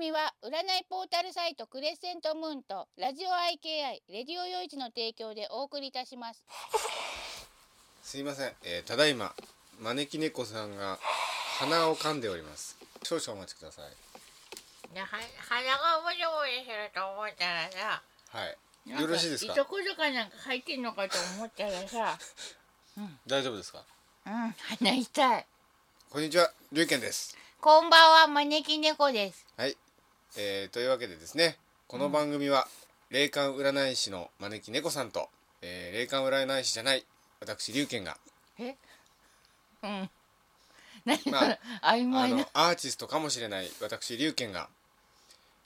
占いポータルサイトクレッセントムーンとラジオ IKI レディオヨイチの提供でお送りいたしますすいません、えー、ただいま招き猫さんが鼻を噛んでおります少々お待ちくださいね、は鼻がもじょもじすると思ったらさはいなんよろしいですか糸くずかなんか入ってんのかと思ったらさ大丈夫ですかうん鼻痛いこんにちは龍健ですこんばんは招き猫ですはい、えー、というわけでですねこの番組は、霊感占い師の招き猫さんと、えー、霊感占い師じゃない私龍健がえうん何それ、ま 曖あ昧のなアーティストかもしれない私龍賢が、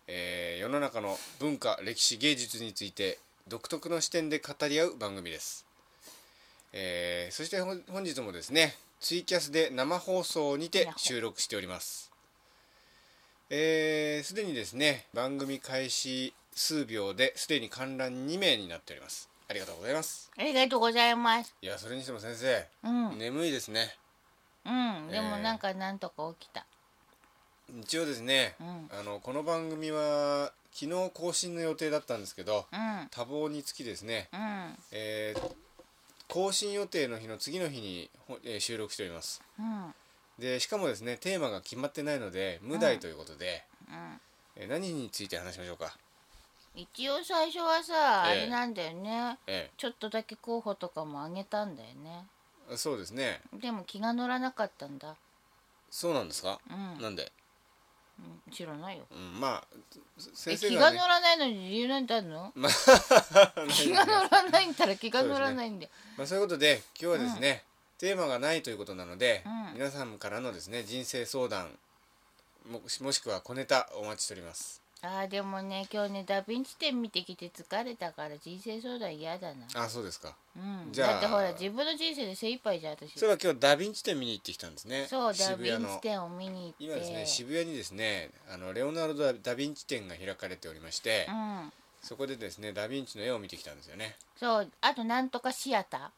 えー世の中の文化歴史芸術について独特の視点で語り合う番組です、えーそしてほん本日もですねツイキャスで生放送にて収録しておりますえーすで、にですね番組開始数秒ですでに観覧2名になっておりますありがとうございますありがとうございますいやそれにしても先生、うんうん眠いですねでもなんかなんとか起きた一応ですね、うんあのこの番組は昨日更新の予定だったんですけどうん多忙につきですね、うんえー更新予定の日の次の日に、ほえー収録しておりますうんでしかもですねテーマが決まってないので無題ということで、うんえー何について話しましょうか一応最初はさ、ええあれなんだよねえちょっとだけ候補とかもあげたんだよねえそうですねでも気が乗らなかったんだそうなんですか、うんなんで、うん知らないようん、まあえ先気生がが乗ねらないのに理由なんてあるの まあ気が乗らないんだったら気が乗らないんだよまあそういうことで今日はですね、テーマがないということなので、うん皆さんからのですね人生相談もしもしくは小ネタお待ちしておりますあーでもね今日ねダヴィンチ展見てきて疲れたから人生相談嫌だなあそうですかうんじゃあだってほら自分の人生で精一杯じゃん私そそうれは今日ダ・ヴィンチ展見に行ってきたんですねダヴ渋ィ谷ンチの展を見に行今ってですね渋谷にですねあのレオナルド・ダ・ヴィンチ展が開かれておりまして、うんそこでですねダ・ヴィンチの絵を見てきたんですよねそうあとなんとかシアタ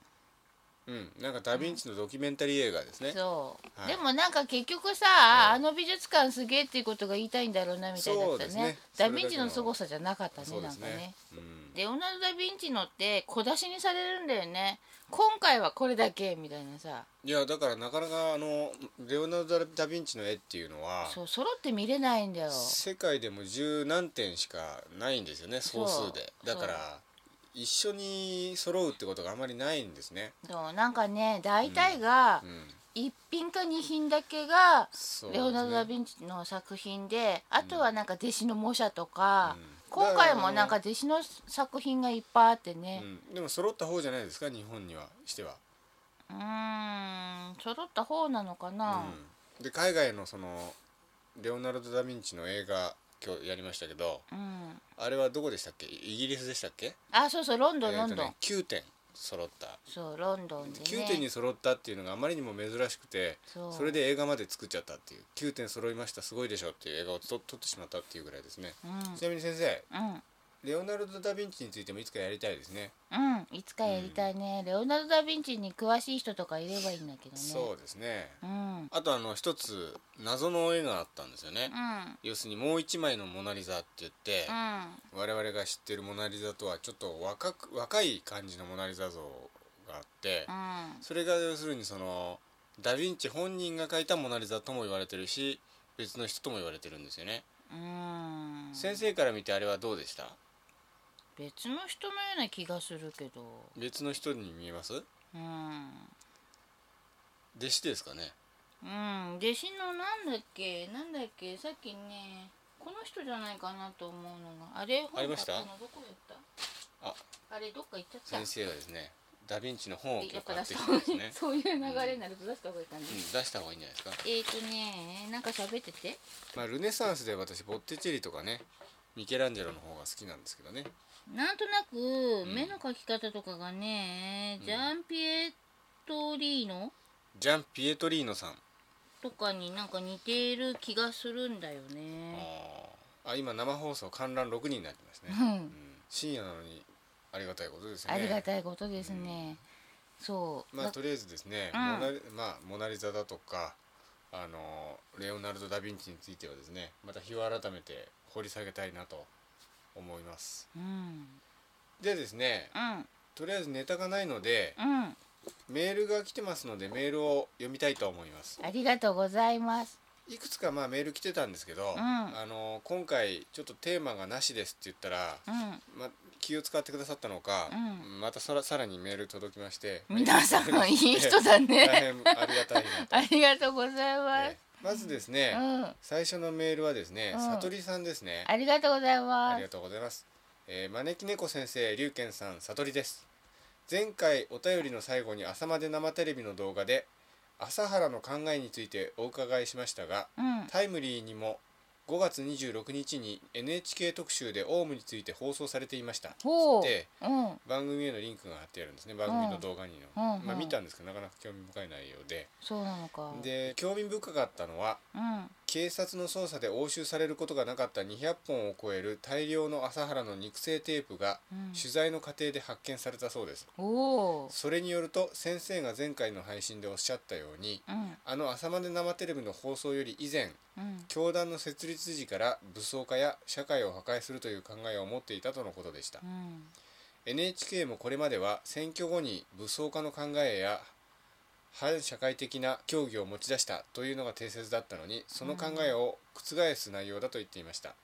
うんなんかダ・ヴィンチのドキュメンタリー映画ですーね、そう、はいでもなんか結局さ、あの美術館すげえっていうことが言いたいんだろうなみたいだそっうたでねすダねヴィンチの凄さじゃなかったねそうでなんすかねねうんレオナルド・ダ・ヴィンチのって小出しにされるんだよね今回はこれだけみたいなさいやだからなかなかあのレオナルド・ダ・ヴィンチの絵っていうのはそう揃って見れないんだよ世界でも十何点しかないんですよね総数でそうだから一緒に揃うってことがあまりないんですね、そうなんかね大体がうん、 1品か2品だけがそうでレすオナルド・ダ・ヴねィンチの作品であとはなんか弟子の模写とか、うん今回もなんか弟子の作品がいっぱいあってねうん、でも揃った方じゃないですか日本にはしては、うーん揃った方なのかな、うん、で海外のそのレオナルド・ダ・ヴィンチの映画今日やりましたけどうんあれはどこでしたっけイギリスでしたっけあそうそうロンドンえローンドとン、ね、9点揃った、そうロンドンでね9点に揃ったっていうのがあまりにも珍しくてそうそれで映画まで作っちゃったっていう9点揃いましたすごいでしょっていう映画をと撮ってしまったっていうぐらいですね、ちなみに先生うんうんレオナルド・ダ・ヴィンチについてもいつかやりたいですねうんいつかやりたいね、レオナルド・ダ・ヴィンチに詳しい人とかいればいいんだけどねそうですねうんうんあとあの一つ謎の絵があったんですよね、要するにもう一枚の「モナ・リザ」って言って、う我々が知ってる「モナ・リザ」とはちょっと若く若い感じのモナ・リザ像があって、んうんそれが要するにそのダ・ヴィンチ本人が描いた「モナ・リザ」とも言われてるし別の人とも言われてるんですよね、うん先生から見てあれはどうでした別の人のような気がするけど別の人に見えますうん、弟子ですかねうん、弟子のなんだっけなんだっけさっきねこの人じゃないかなと思うのがあれありました本買ったのどこやったああれどっか行っちゃった先生がですねダ・ヴィンチの本をや今っ日ぱ買出ってしきたた方がんいですいね、 そういう流れになると出した方がいいかな、うん、出した方がいいんじゃないですか、えっ、ー、とねなんか喋っててまあ、ルネサンスで私ボッテチェリとかねミケランジェロの方が好きなんですけどねなんとなくうん目の描き方とかがね、んジャンピエトリーノジャン・ピエトリーノさん、とかになんか似ている気がするんだよねあーあ今生放送観覧6人になりますね、ううんん深夜なのにありがたいことですよねありがたいことですね。そう。まあだとりあえずですね、うんモナまあ、モナ・リザだとかあのレオナルド・ダ・ヴィンチについてはですねまた日を改めて掘り下げたいなと思いますうんでですねうんとりあえずネタがないのでうんメールが来てますのでメールを読みたいと思いますありがとうございますいくつかまあメール来てたんですけど、んあの今回ちょっとテーマがなしですって言ったら、うんま、気を使ってくださったのか、うまたさらさらにメール届きまして皆さんいい人だ大ね変ありがたいな とありがとうございまえーまずですね、すうん最初のメールはですね、うんさとりさんですねありがとうございあまりがすとうございます、えー、招き猫先生龍賢さんさとりです前回お便りの最後に朝まで生テレビの動画で朝原の考えについてお伺いしましたがうんタイムリーにも5月26日に NHK 特集でオウムについて放送されていましたほうでうん番組へのリンクが貼ってあるんですね番組の動画にの、うんうんうんまあ、見たんですけどなかなか興味深い内容でそうなのかで興味深かったのはうん警察の捜査で押収されることがなかった200本を超える大量の麻原の肉声テープがうん取材の過程で発見されたそうです、おおそれによると先生が前回の配信でおっしゃったようにうんあの朝まで生テレビの放送より以前うん教団の設立時から武装化や社会を破壊するという考えを持っていたとのことでしたうん NHK もこれまでは選挙後に武装化の考えや反社会的な教義を持ち出したというのが定説だったのにその考えを覆す内容だと言っていました、うん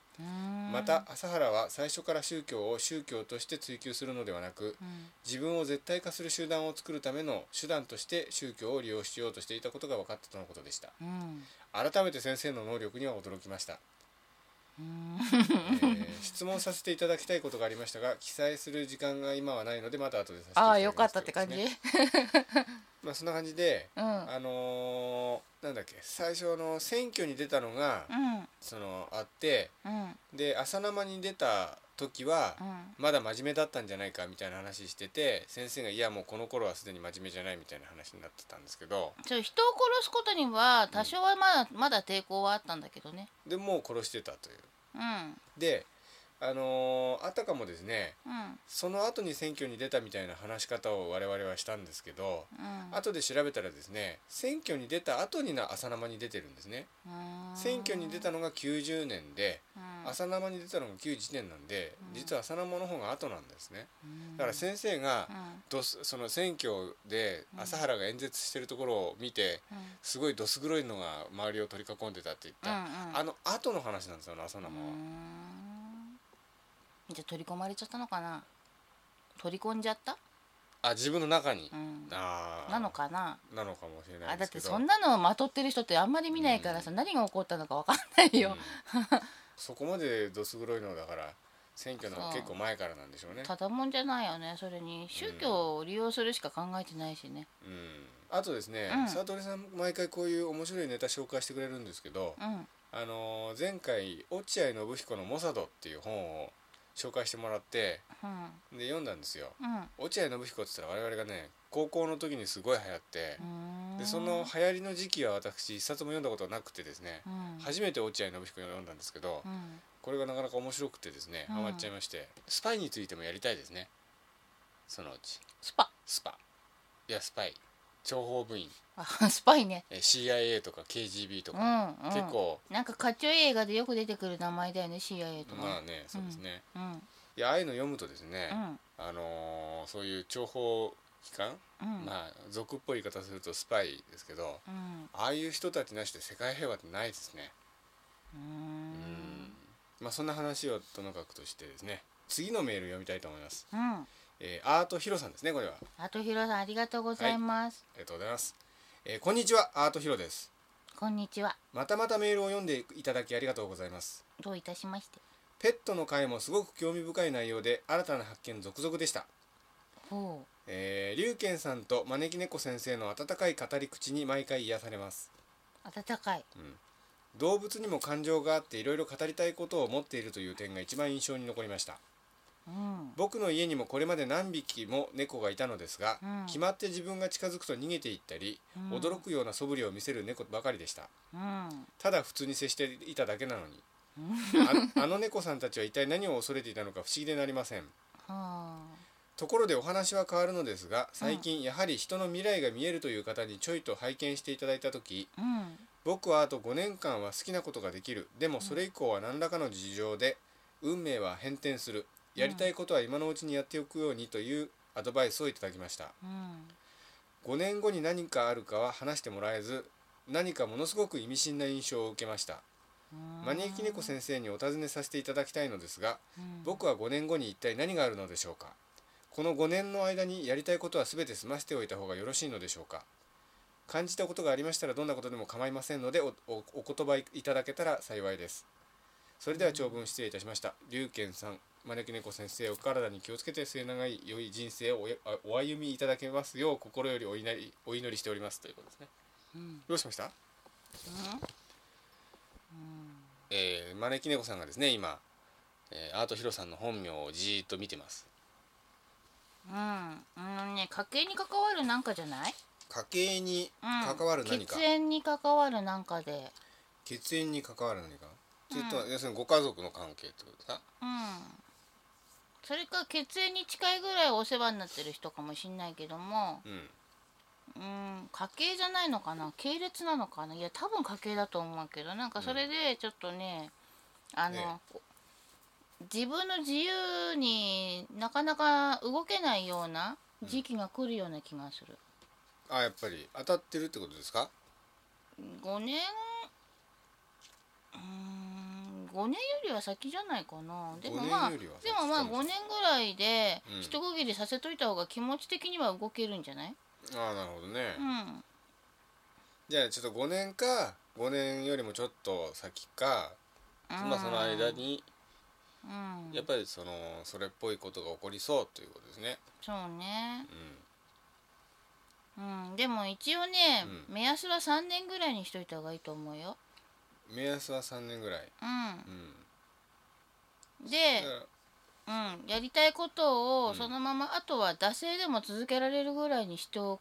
また朝原は最初から宗教を宗教として追求するのではなくうん自分を絶対化する集団を作るための手段として宗教を利用しようとしていたことが分かったとのことでしたうん改めて先生の能力には驚きましたうんえー質問させていただきたいことがありましたが記載する時間が今はないのでまた後でさせていたあだあきますよかったって感じということですねまあそんな感じで、うんあのーなんだっけ最初の選挙に出たのが、うんそのあってうんで朝生に出た時は、うんまだ真面目だったんじゃないかみたいな話してて先生が「いやもうこの頃はすでに真面目じゃない」みたいな話になってたんですけどそう人を殺すことには多少はまだ、まだ抵抗はあったんだけどねでもう殺してたという。うんうんであのーあたかもですねその後に選挙に出たみたいな話し方を我々はしたんですけどうん後で調べたらですね選挙に出た後にな朝生に出てるんですねうん選挙に出たのが90年でうん朝生に出たのが91年なんでうん実は朝生の方が後なんですねうんだから先生がうんどすその選挙で朝原が演説してるところを見てうんすごいどす黒いのが周りを取り囲んでたって言っうんた、うんあの後の話なんですよね朝生はう、んじゃあ取り込まれちゃったのかな取り込んじゃった、あ自分の中に、うん、あーなのかななのかもしれないあでだっすけてどそんなのをまとってる人ってあんまり見ないからさ、何が起こったのかわかんないよ、 うんそこまでどす黒いのだから選挙のそう結構前からなんでしょうねただもんじゃないよねそれに宗教を利用するしか考えてないしねうんあとですねうんさとりさん毎回こういう面白いネタ紹介してくれるんですけど、うんあのー前回落合信彦の「モサド」っていう本を紹介してもらってうんで読んだんですようん落合信彦って言ったら我々がね高校の時にすごい流行ってうーんでその流行りの時期は私一冊も読んだことなくてですねうん初めて落合信彦を読んだんですけど、うんこれがなかなか面白くてですね、うんハマっちゃいましてスパイについてもやりたいですねそのうちスパスパいやスパイ諜報部員あスパイねえ CIA とか KGB とうか、ん、うん、結構なんかかっちょいい映画でよく出てくる名前だよね CIA とか、まあねそうですね、うんいやああいうの読むとですね、うんあのーそういう諜報機関、うん、まあ俗っぽい言い方するとスパイですけどうんああいう人たちなしで世界平和ってないですねうーうんんまあそんな話をともかくとしてですね次のメール読みたいと思います、うんえー、アートヒロさんですねこれはあとひろさんありがとうございます、ありがとうございます。えーこんにちは、アートヒロです。こんにちはまたまたメールを読んでいただきありがとうございます。どういたしましてペットの会もすごく興味深い内容で新たな発見続々でした。ほえー、龍賢さんと招き猫先生の温かい語り口に毎回癒されます。う暖かい動物にも感情があっていろいろ語りたいことを持っているという点が一番印象に残りました。うん僕の家にもこれまで何匹も猫がいたのですが、うん決まって自分が近づくと逃げていったり、うん驚くような素振りを見せる猫ばかりでした。うんただ普通に接していただけなのにああの猫さんたちは一体何を恐れていたのか不思議でなりませんはあところでお話は変わるのですが最近やはり人の未来が見えるという方にちょいと拝見していただいた時うん僕はあと5年間は好きなことができるでもそれ以降は何らかの事情で運命は変転するやりたいことは今のうちにやっておくようにというアドバイスをいただきましたうん5年後に何かあるかは話してもらえず何かものすごく意味深な印象を受けましたうん招き猫先生にお尋ねさせていただきたいのですがうん僕は5年後に一体何があるのでしょうかこの5年の間にやりたいことは全て済ませておいた方がよろしいのでしょうか感じたことがありましたらどんなことでも構いませんのでおおお言葉いただけたら幸いですそれでは長文失礼いたしました龍賢さん招き猫先生お体に気をつけて末永い良い人生をおやあお歩みいただけますよう心よりお祈りお祈りしておりますということですねうんどうしましたうんえー、招き猫さんがですね今、えーアートヒロさんの本名をじーっと見てますうんあのね家計に関わるなんかじゃない、家計にうん、関わる何か、血縁に関わるなんかで血縁に関わる何かうずんっと、要するにご家族の関係ってことですかうんそれか血縁に近いぐらいお世話になってる人かもしんないけどもうんうん家系じゃないのかな系列なのかないや多分家系だと思うけどなんかそれでちょっとね、あの、ね自分の自由になかなか動けないような時期が来るような気がする、あやっぱり当たってるってことですか5年うーん5年よりは先じゃないかなでもまあ5年でよりは先もまあ5年ぐらいでうん一区切りさせといた方が気持ち的には動けるんじゃない、ああなるほどね、うん、じゃあちょっと5年か5年よりもちょっと先か、まあその間にうん、やっぱりそのそれっぽいことが起こりそうということですねそうねううん、でも一応ね、うん目安は3年ぐらいにしといた方がいいと思うよ。ん目安は3年ぐらいうんう、んだでか、らうん、やりたいことうをんそのまま、あとは惰性でも続けられるぐらいにしてお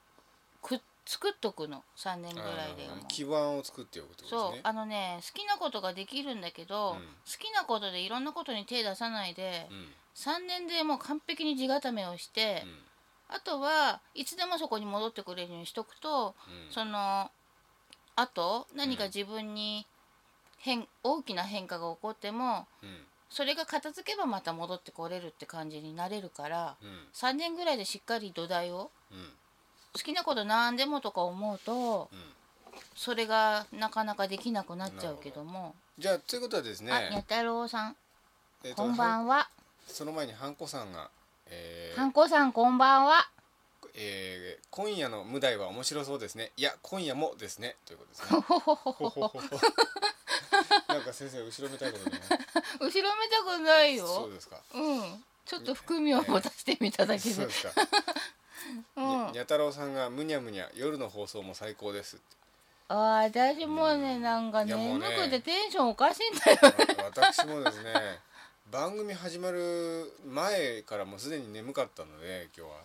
く作っとくの3年ぐらいであもー基盤を作っておくってことそうですねあのね好きなことができるんだけど、好うんきなことでいろんなことに手出さないで、うん3年でもう完璧に地固めをして、あとはいつでもそこに戻ってくれるようにしとくと、うんうんそのあと何かうん自分に変、大きな変化が起こってもうんそれが片付けばまた戻ってこれるって感じになれるからうん3年ぐらいでしっかり土台をうん好きなこと何でもとか思うとうんそれがなかなかできなくなっちゃうけどもじゃあということはですねあにゃ太郎さんえーとこんばんはその前にハンコさんが、えーハンコさんこんばんはえー今夜の無題は面白そうですね。いや、今夜もですね。ということです ね。ほほほほなんか先生、後ろめたいことね。後ろめたくないそようですか。うんちょっと含みを持たせてみただけそうでですか。うんににゃ太郎さんがむにゃむにゃ、夜の放送も最高です。あー私もねなんかいやもう眠ねくてテンションおかしいんだよわ私もですね、番組始まる前からもうすでに眠かったので、今日は。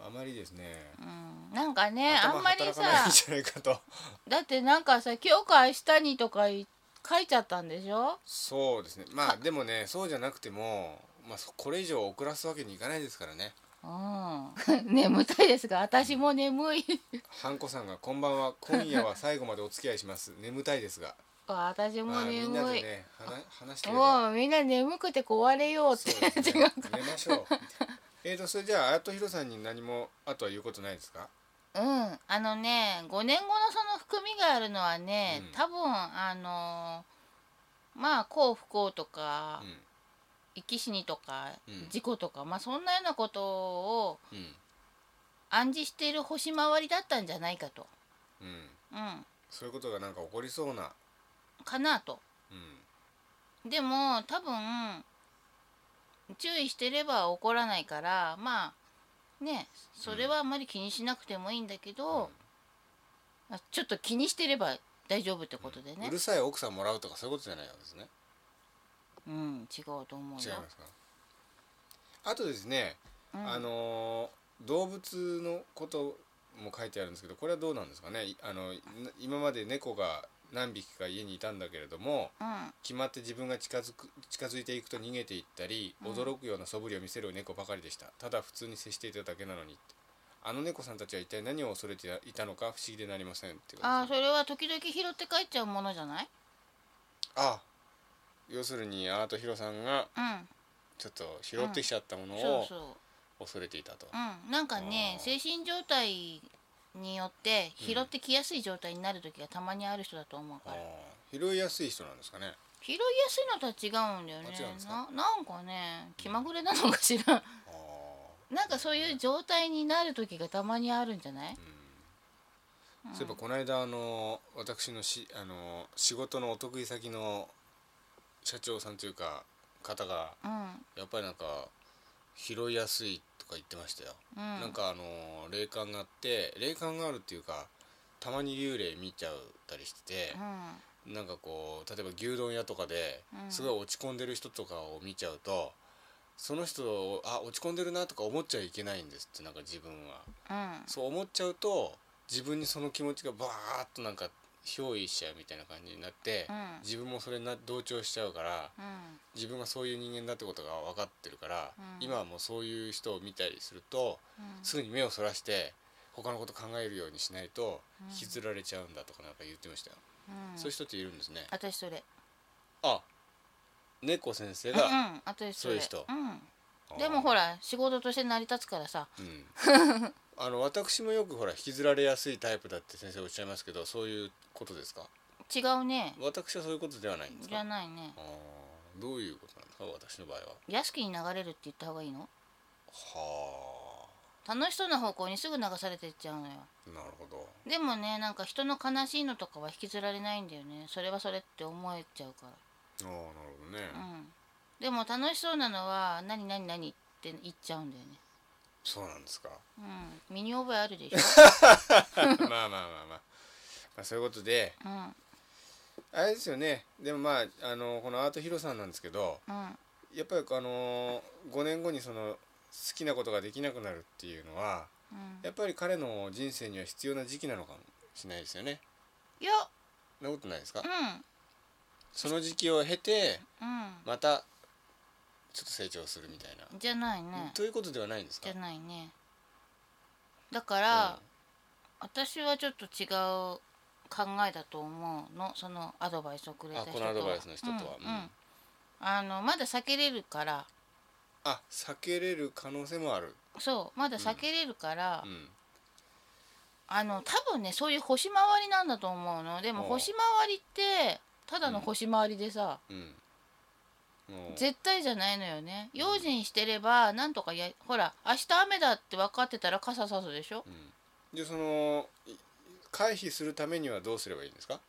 あまりですね。うんなんかねあ頭んまり働さかないんじゃないかと。だってなんかさ「今日か明日に」とかい書いちゃったんでしょそうですねまあでもねそうじゃなくても、まあ、そこれ以上遅らすわけにいかないですからねうん 眠たいですが私も眠いハンコさんが「こんばんは今夜は最後までお付き合いします 眠たいですが」私も まあ、みんな眠でい、ね話話してればもうみんな眠くて壊れようってそうです違ねう寝ましょう えーとそれじゃああとひろさんに何もあとは言うことないですか うんあのね5年後のその含みがあるのはね、うん多分あのーまあ幸不幸とうか、ん生き死にとかうん事故とか、まあそんなようなことをうん暗示している星回りだったんじゃないかと、うんうん、そういうことがなんか起こりそうなかなと。うんでも多分注意してれば起こらないからまあねそれはあまり気にしなくてもいいんだけど、あちょっと気にしてれば大丈夫ってことでうねる、さい奥さんもらうとかそういうことじゃないわけですねうん違うと思う違いよ。ますかあとですねうんあのー動物のことも書いてあるんですけどこれはどうなんですかねいあのい今まで猫が何匹か家にいたんだけれどもうん決まって自分が近づく近づいていくと逃げていったりうん驚くような素振りを見せる猫ばかりでした、ただ普通に接していただけなのにってあの猫さんたちは一体何を恐れていたのか不思議でなりませんっていあう感あじそれは時々拾って帰っちゃうものじゃないあ要するにアートヒロさんがうんちょっと拾ってきちゃったものそうをそう恐れていたと、うんなんかねあー精神状態によって拾ってきやすい状態になる時がたまにある人だと思うあから、ー拾いやすい人なんですかね拾いやすいのとは違うんだよねあ違うんですなかなんかね気まぐれなのかしらあーなんかそういう状態になる時がたまにあるんじゃない、うんそういえばこの間あの私のしあの仕事のお得意先の社長さんというか方がうんやっぱりなんか拾いやすいとか言ってましたよ、うんなんかあの霊感があって霊感があるっていうかたまに幽霊見ちゃったりしててう、んなんかこう例えば牛丼屋とかでうんすごい落ち込んでる人とかを見ちゃうと、その人をあ落ち込んでるなとか思っちゃいけないんですってなんか自分はうんそう思っちゃうと自分にその気持ちがバーッとなんか憑依しちゃうみたいな感じになって、うん自分もそれにな同調しちゃうからうん自分がそういう人間だってことが分かってるから、うん今はもうそういう人を見たりするとうんすぐに目をそらして他のこと考えるようにしないとうん引きずられちゃうんだとかなんか言ってましたよ、うんそういう人っているんですね私それあ猫先生うんうが、ん私そそういれう人うんあーでもほら仕事として成り立つからさうん あの私もよくほら引きずられやすいタイプだって先生おっしゃいますけどそういうことですか違うね私はそういうことではないんですじゃかないねあーどういうことなんですか私の場合は屋敷に流れるって言った方がいいのは楽しそうな方向にすぐ流されてっちゃうのよあなるほどでもねなんか人の悲しいのとかは引きずられないんだよねそれはそれって思えちゃうかああなるほどね、らうんでも楽しそうなのは何何何って言っちゃうんだよねそうなんですかうん身に覚えあるでしょ まあまあまあまあまあそういうことでうんうんあれですよねでもまああのこのアートヒロさんなんですけどやっぱりあの5年後にその好きなことができなくなるっていうのはうんやっぱり彼の人生には必要な時期なのかもしれないですよねいやそんなことないですかうんその時期を経てうまたちょっと成長するみたいな、んじゃないねということではないんですかじゃないねだから、私はちょっと違う考えだと思うのそのアドバイスをくうれんた人あことのはアドバイスの人とは、ううんんうんあのまだ避けれるからあ避けれる可能性もある、そうまだ避けれるから、うん、あの多分ねそういう星回りなんだと思うのでもおう星回りってただの星回りでさ、うん。もう絶対じゃないのよね用心してればなんとかやほら明日雨だって分かってたら傘さすでしょうん、でそのい回避するためにはどうすればいいんですか？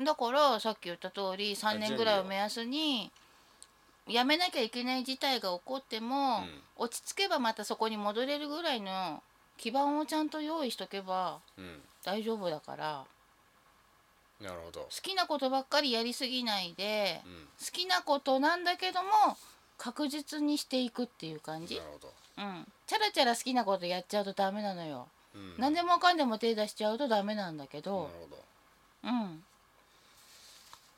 だからさっき言った通り3準備年をぐらいを目安にやめなきゃいけない事態が起こっても、うん落ち着けばまたそこに戻れるぐらいの基盤をちゃんと用意しとけばうん、大丈夫だからなるほど好。きなことばっかりやりすぎないでうん、好きなことなんだけども確実にしていくっていう感なじるほど。うんチャラチャラ好きなことやっちゃうとダメなのよ、うん、何でもかんでも手出しちゃうとダメなんだけなるどほど。うんなる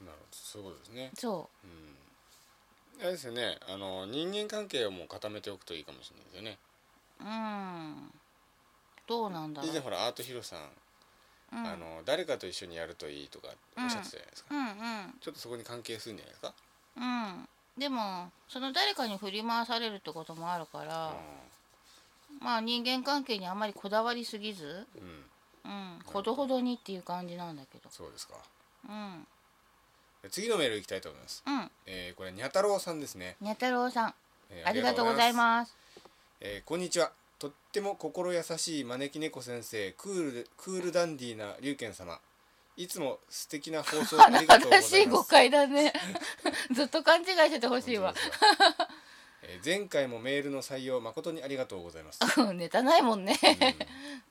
ほど。そういうことですね。そうん。あれですよね。あの人間関係をもう固めておくといいかもしれないですよね。ううんどうなんだろ以う前ほらアートヒロさん、うんあの誰かと一緒にやるといいとかおっしゃってたじゃないですか。うんちょっとそこに関係するんじゃないですか？うんうんでもその誰かに振り回されるってこともあるから、まあ人間関係にあまりこだわりすぎず、うん、うん、うん、ほどほどにっていう感じなんだけどそうですか。うん次のメールいきたいと思います。うんえー、これにゃ太郎さんですね。にゃ太郎さんえーありがとうございますえーこんにちはとっても心優しい招き猫先生クールでクールダンディーな龍賢様いつも素敵な放送ありがとうございま正すしい誤解だね ずっと勘違いしててほしいわ本当ですよ えー前回もメールの採用誠にありがとうございます、うんネタないもんねうんえ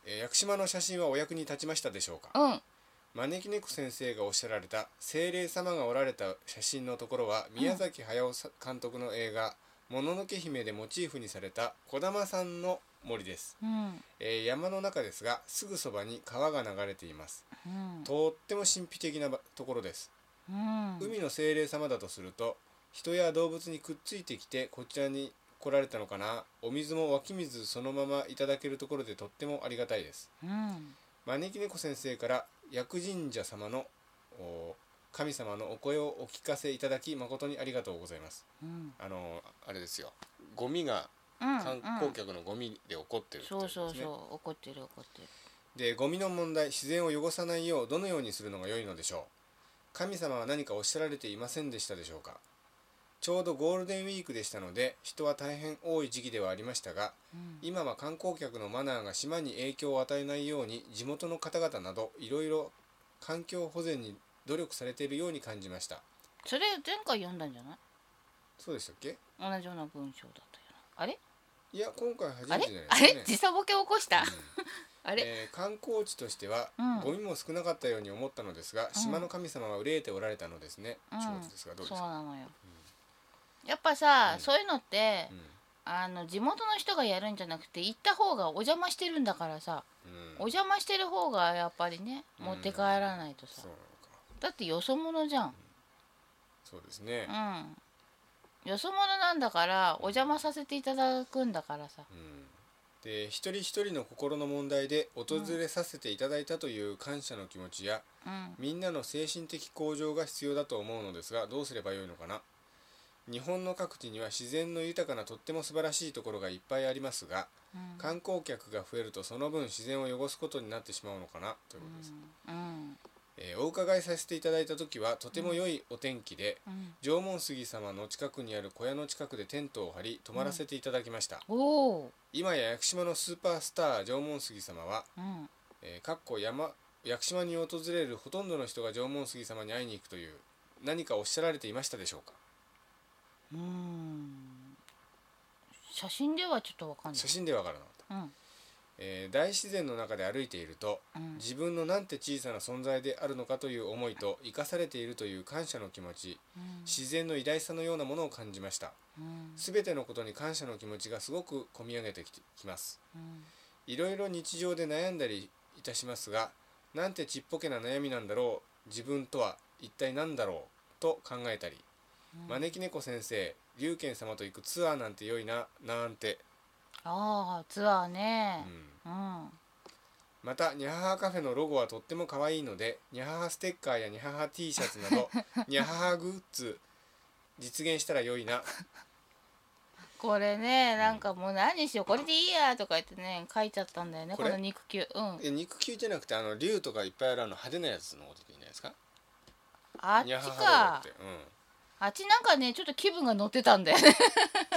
ー屋久島の写真はお役に立ちましたでしょうかうん招き猫先生がおっしゃられた精霊様がおられた写真のところは宮崎駿さ監督の映画「もののけ姫」でモチーフにされた児玉さんの森ですうんえー山の中ですがすぐそばに川が流れていますうんとっても神秘的なばところですうん海の精霊様だとすると人や動物にくっついてきてこちらに来られたのかなお水も湧き水そのままいただけるところでとってもありがたいですうん招き猫先生から薬神社様のお神様のお声をお聞かせいただき誠にありがとうございますうんあのあれですよゴミがうん観う光ん客のゴミで起こってるっていそうそうことですねそう怒ってる怒ってるでゴミの問題自然を汚さないようどのようにするのが良いのでしょう神様は何かおっしゃられていませんでしたでしょうかちょうどゴールデンウィークでしたので人は大変多い時期ではありましたがうん今は観光客のマナーが島に影響を与えないように地元の方々などいろいろ環境保全に努力されているように感じましたそれ前回読んだんじゃないそうでしたっけ同じような文章だったよなあれいや今回初あめれてじゃないであすかねれ時差ボケ起こしたうんあれえー観光地としては、うんゴミも少なかったように思ったのですが、島の神様は憂えておられたのですね、うん上手ですがどうですそうか、なのよやっぱさうんそういうのってうんあの地元の人がやるんじゃなくて行った方がお邪魔してるんだからさうんお邪魔してる方がやっぱりねうん持って帰らないとさそうなのかだってよそ者じゃんそうですね、うんよそ者なんだからお邪魔させていただくんだからさうんで一人一人の心の問題で訪れさせていただいたという感謝の気持ちや、うんみんなの精神的向上が必要だと思うのですがどうすればよいのかな日本の各地には自然の豊かなとっても素晴らしいところがいっぱいありますがうん観光客が増えるとその分自然を汚すことになってしまうのかなということです、うんえーお伺いさせていただいた時はとても良いお天気で、うん縄文杉様の近くにある小屋の近くでテントを張り泊まらせていただきました、おお今や屋久島のスーパースター縄文杉様は、うんえーかっこ山屋久島に訪れるほとんどの人が縄文杉様に会いに行くという何かおっしゃられていましたでしょうかうん写真ではちょっとわかんない写真ではわからなかった、うんえー大自然の中で歩いているとうん自分のなんて小さな存在であるのかという思いと生かされているという感謝の気持ちうん自然の偉大さのようなものを感じましたうんすべてのことに感謝の気持ちがすごく込み上げてきてきますうんいろいろ日常で悩んだりいたしますがなんてちっぽけな悩みなんだろう自分とは一体何だろうと考えたり、うん招き猫先生龍賢様と行くツアーなんて良いななんて、ああツアーうんねうんまたニャハハカフェのロゴはとっても可愛いのでニャハハステッカーやニャハハ T シャツなどニャハハグッズ実現したら良いなこれねなんかもう何しようこれでいいやとか言ってね書いちゃったんだよねここれの肉球うんえ肉球じゃなくてあの竜とかいっぱいあるあの派手なやつのことでいいんじゃないですかあっニャハちハかロゴって、うんあっちなんかねちょっと気分が乗ってたんだよね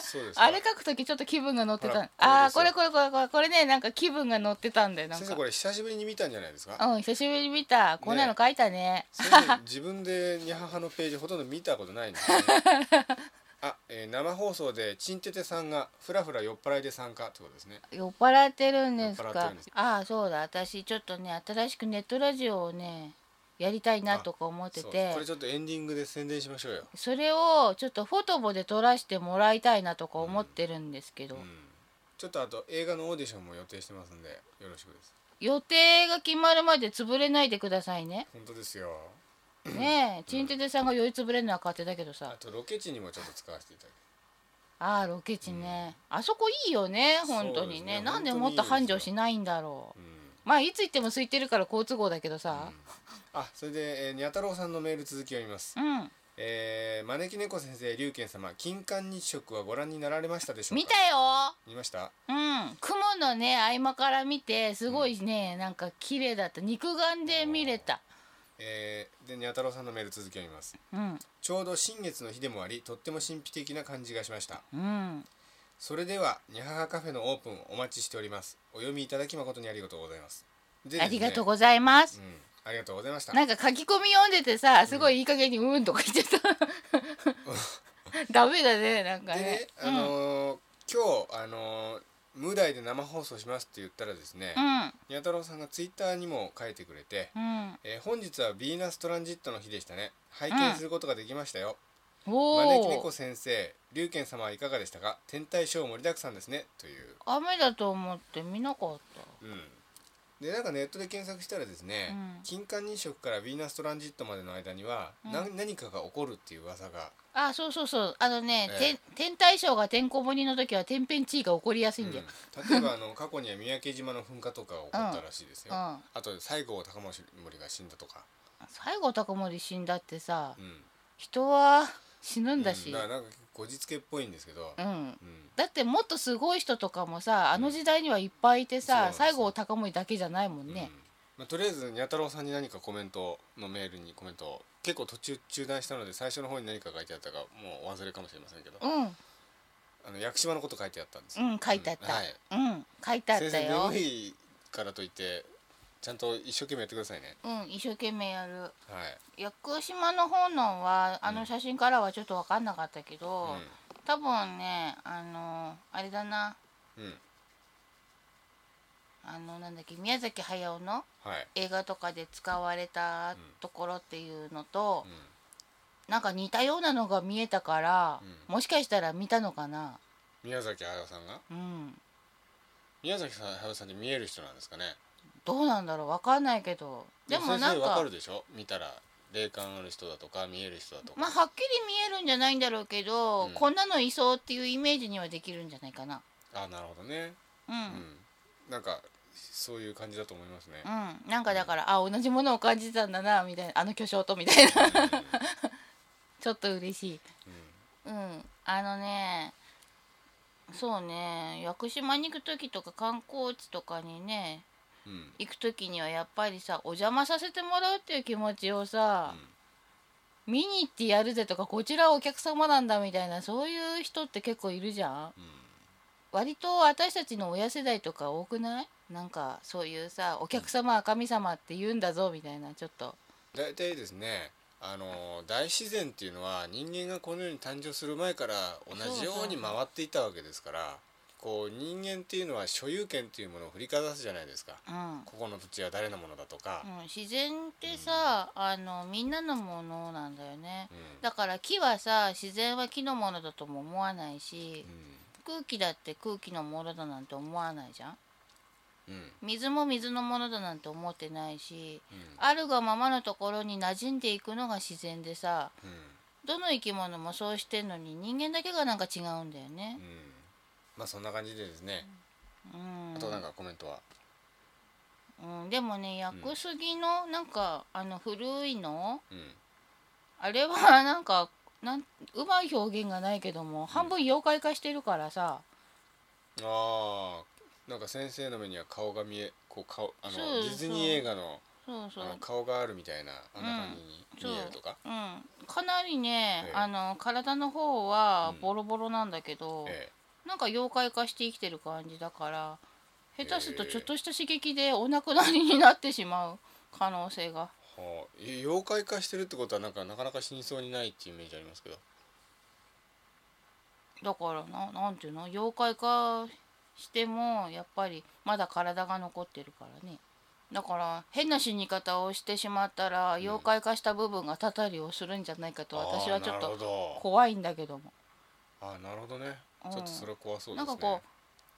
そうですかあれ書くときちょっと気分が乗ってほたらああここれでれこれすこれこれこれねなんか気分が乗ってたんだよなん先生かこれ久しぶりに見たんじゃないですかうん久しぶりに見たこんなの書いたね先生自分でニャハハのページほとんど見たことないんですね あ、えー生放送でチンテテさんがフラフラ酔っ払いで参加ってことですね酔っ払ってるんです酔っ払ってかるんですああそうだ私ちょっとね新しくネットラジオをねやりたいなとか思ってそうてこれちょっとエンディングで宣伝しましょうよ、それをちょっとフォトボで撮らせてもらいたいなとか思ってるんですけうど、ん、ちょっとあと映画のオーディションも予定してますんでよろしくです予定が決まるまで潰れないでくださいね。本当ですよねえ、ちんててさんが酔い潰れるのは勝手だけどあさ。とロケ地にもちょっと使わせていただああ、ロケ地ね。あそこいいよね、本当にそうですねね。なんでもっと繁盛しないんだろき、う。うんまあ、いつ行っても空いてるから好都合だけどさ。あ、それで、えー、にゃ太郎さんのメール続きを読みますうん。えー、招き猫先生龍賢様金環日食はご覧になられましたでしょう見かたよ見ましたうん。雲のね、合間から見て、すごいね、なんか綺麗だった。肉眼で見れた。えー、でにゃ太郎さんのメール続きを見ますうん。ちょうど新月の日でもありとっても神秘的な感じがしましたうん。それではにゃははカフェのオープンお待ちしておりますお読みいただき誠にありがとうございますでありがとうざいございますま。す、うん、ありがとうございましたなんか書き込み読んでてさすごいいい加減に「うん」とか言ってたダメだねなんかでねね、あのー今日あのー無題で生放送しますって言ったらですね、うんにゃ太郎さんがツイッターにも書いてくれて、うんえー本日はヴィーナストランジットの日でしたね拝見することができましたよ、招きお猫お先生龍賢様はいかがでしたか天体ショー盛りだくさんですねという、雨だと思って見なかったうん、でなんかネットで検索したらですね、うん金環日食からヴィーナストランジットまでの間には、なう何かが起こるっていう噂が、あそうそうそうあのね、ええ天天体ショーが天候盛りの時は天変地異が起こりやすいんだよ、うん例えばあの 過去には三宅島の噴火とかが起こったらしいですよ、うんあと西郷隆盛が死んだとか、西郷隆盛死んだってさうん人は死ぬんだうし、だからなんかこじつけっぽいんですけど、うんうんだってもっとすごい人とかもさあの時代にはいっぱいいてさ、うんそう西郷隆盛だけじゃないもんねうん、まあ、とりあえずにゃ太郎さんに何かコメントのメールにコメントを結構途中中断したので最初の方に何か書いてあったかもうお忘れかもしれませんけど、うんあの屋久島のこと書いてあったんですうよん、書いてあった、うんはいうん書いてあっ先た生よ眠いからといってちゃんと一生懸命やってくださいねうん一生懸命やるはい、屋久島の方のはあうのん写真からはちょっと分かんなかったけど、う多分ねあのあれだなんうん、あのなんだっけ宮崎駿のはい、映画とかで使われたところっていうのとう、んなんか似たようなのが見えたから、うもしかしたら見たのかな宮崎駿さんがうん宮崎駿さんに見える人なんですかねどうなんだろうわかんないけどでもなん先生かわかるでしょ見たら霊感ある人だとか見える人だとか、まあはっきり見えるんじゃないんだろうけど、うんこんなのいそうっていうイメージにはできるんじゃないかなあなるほどねうん、ううんんなんかそういう感じだと思いますね、なんかだからあ同じものを感じてたんだなみたいなあの巨匠とみたいな ちょっと嬉しいうんあのねそうね屋久島に行く時とか観光地とかにねうんうん、うん行く時にはやっぱりさお邪魔させてもらうっていう気持ちをさ、見に行ってやるぜとかこちらはお客様なんだみたいなそういう人って結構いるじゃんうん割と私たちの親世代とか多くないなんかそういうさお客様は神様って言うんだぞみたいなちょっと大体ですねあの大自然っていうのは人間がこの世に誕生する前から同じように回っていたわけですからこう人間っていうのは所有権っていうものを振りかざすじゃないですかうん、ここの土地は誰のものだとか、うん、自然ってさ、あのみんなのものなんだよねうんだから木はさ自然は木のものだとも思わないし空気だって空気のものだなんて思わないじゃんうんうん水も水のものだなんて思ってないしうんあるがままのところに馴染んでいくのが自然でさうどの生き物もそうしてんのに人間だけがなんか違うんだよねんうんまあそんな感じでですね、うんあとなんかコメントは、うん、でもね屋久杉のなんかあの古いのうんあれは なんかなんうまい表現がないけども半分妖怪化してるからさ、あーなんか先生の目には顔が見えこう顔あのそうディズニー映画のそうそあのう顔があるみたいなあんな感じに見えるとか、うんかなりね、ええあの体の方はうんボロボロなんだけど、えなんか妖怪化して生きてる感じだから下手するとちょっとした刺激でお亡くなりになってしまう可能性がえはあ、え妖怪化してるってことはなんかなかなか死にそうにないっていうイメージありますけどだからななんていうの妖怪化してもやっぱりまだ体が残ってるからねだから変な死に方をしてしまったら妖怪化した部分がたたりをするんじゃないかと私はちょっあとーなるほど怖いんだけどもあーなるほどねうんちょっとそれは怖そうでなすんねかこう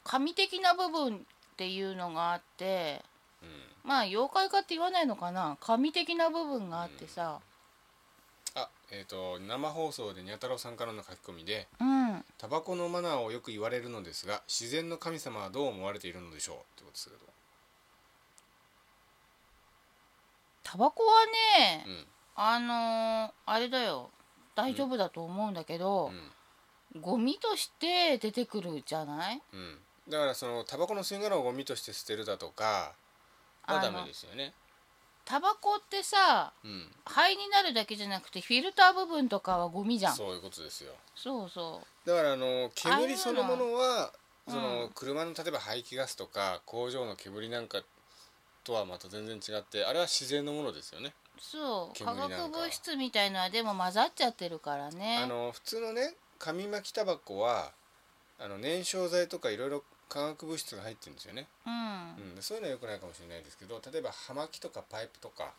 神的な部分っていうのがあってうん、まあ妖怪化って言わないのかな神的な部分があってさあえっ、と生放送でにゃ太郎さんからの書き込みでうん「タバコのマナーをよく言われるのですが自然の神様はどう思われているのでしょう?」ってことですけどタバコはね、うんあのーあれだよ大丈夫だと思うんだけどう、んゴミとして出てくるじゃないうんだからそのタバコの吸い殻をゴミとして捨てるだとかはダメですよねタバコってさうん灰になるだけじゃなくてフィルター部分とかはゴミじゃんそうそういうことですよそうそだからあのああいう煙のそのものはうんその車の例えば排気ガスとか工場の煙なんかとはまた全然違ってあれは自然のものですよね。う化煙なんか学物質みたいのはでも混ざっちゃってるからねあの普通のね紙巻きタバコはあの燃焼剤とかいろいろ化学物質が入ってるんですよね、うんうん、そういうのは良くないかもしれないですけど例えば葉巻とかパイプとか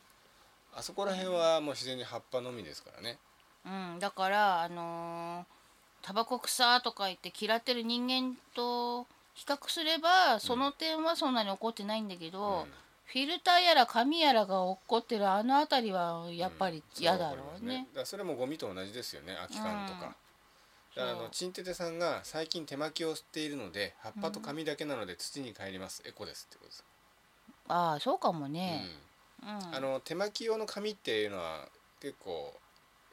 あそこら辺はもう自然に葉っぱのみですからね。うん、だからあのータバコ臭とか言って嫌ってる人間と比較すればその点はそんなに怒ってないんだけど、うフィルターやら紙やらが落っこってるあの辺りはやっぱり嫌だろうそう思いますね。だからそれもゴミと同じですよね空き缶とか,、うんだからあそのうチンテテさんが最近手巻きを吸っているので葉っぱと紙だけなので土に帰ります、エコですってことです、ああそうかもね。うんうんあの手巻き用の紙っていうのは結構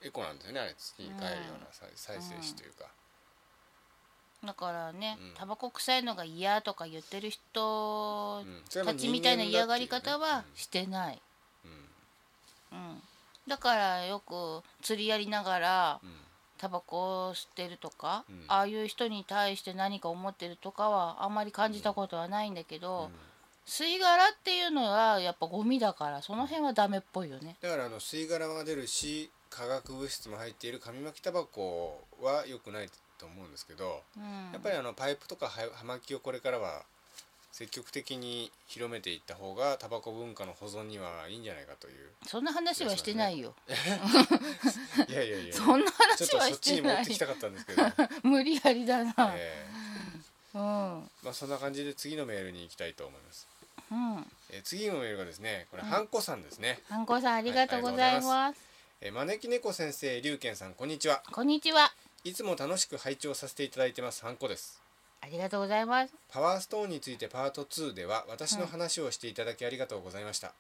エコなんですよねあれ土に帰るような再再生紙というか、だからねうんタバコ臭いのが嫌とか言ってる人うんそれもたちみたいな人間嫌だがってりいうね方はしてない。ううんん、だからよく釣りやりながらうんタバコを吸ってるとか、うんああいう人に対して何か思ってるとかはあんまり感じたことはないんだけうんど、うん吸い殻っていうのはやっぱゴミだからその辺はダメっぽいよね。だからあの吸い殻が出るし化学物質も入っている紙巻きタバコは良くないと思うんですけど、うん、やっぱりあのパイプとかは葉巻をこれからは積極的に広めていった方がタバコ文化の保存にはいいんじゃないかという そんな話はしてないよ。いやいやいやちそんなょっ話とはそっしちにて持なっいて。きたかったんです けど、無理やりだな。えうん、うん、ーまあ、そんな感じで次のメールに行きたいと思います、えー次のメールがですねこれうんハンコさんですね、ハンコさんありがとうございます。はえー招き猫先生龍賢さんこんにちはこんにちは。いつも楽しく拝聴させていただいてますハンコですありがとうございます。パワーストーンについてパート2では私の話をしていただきありがとうございました、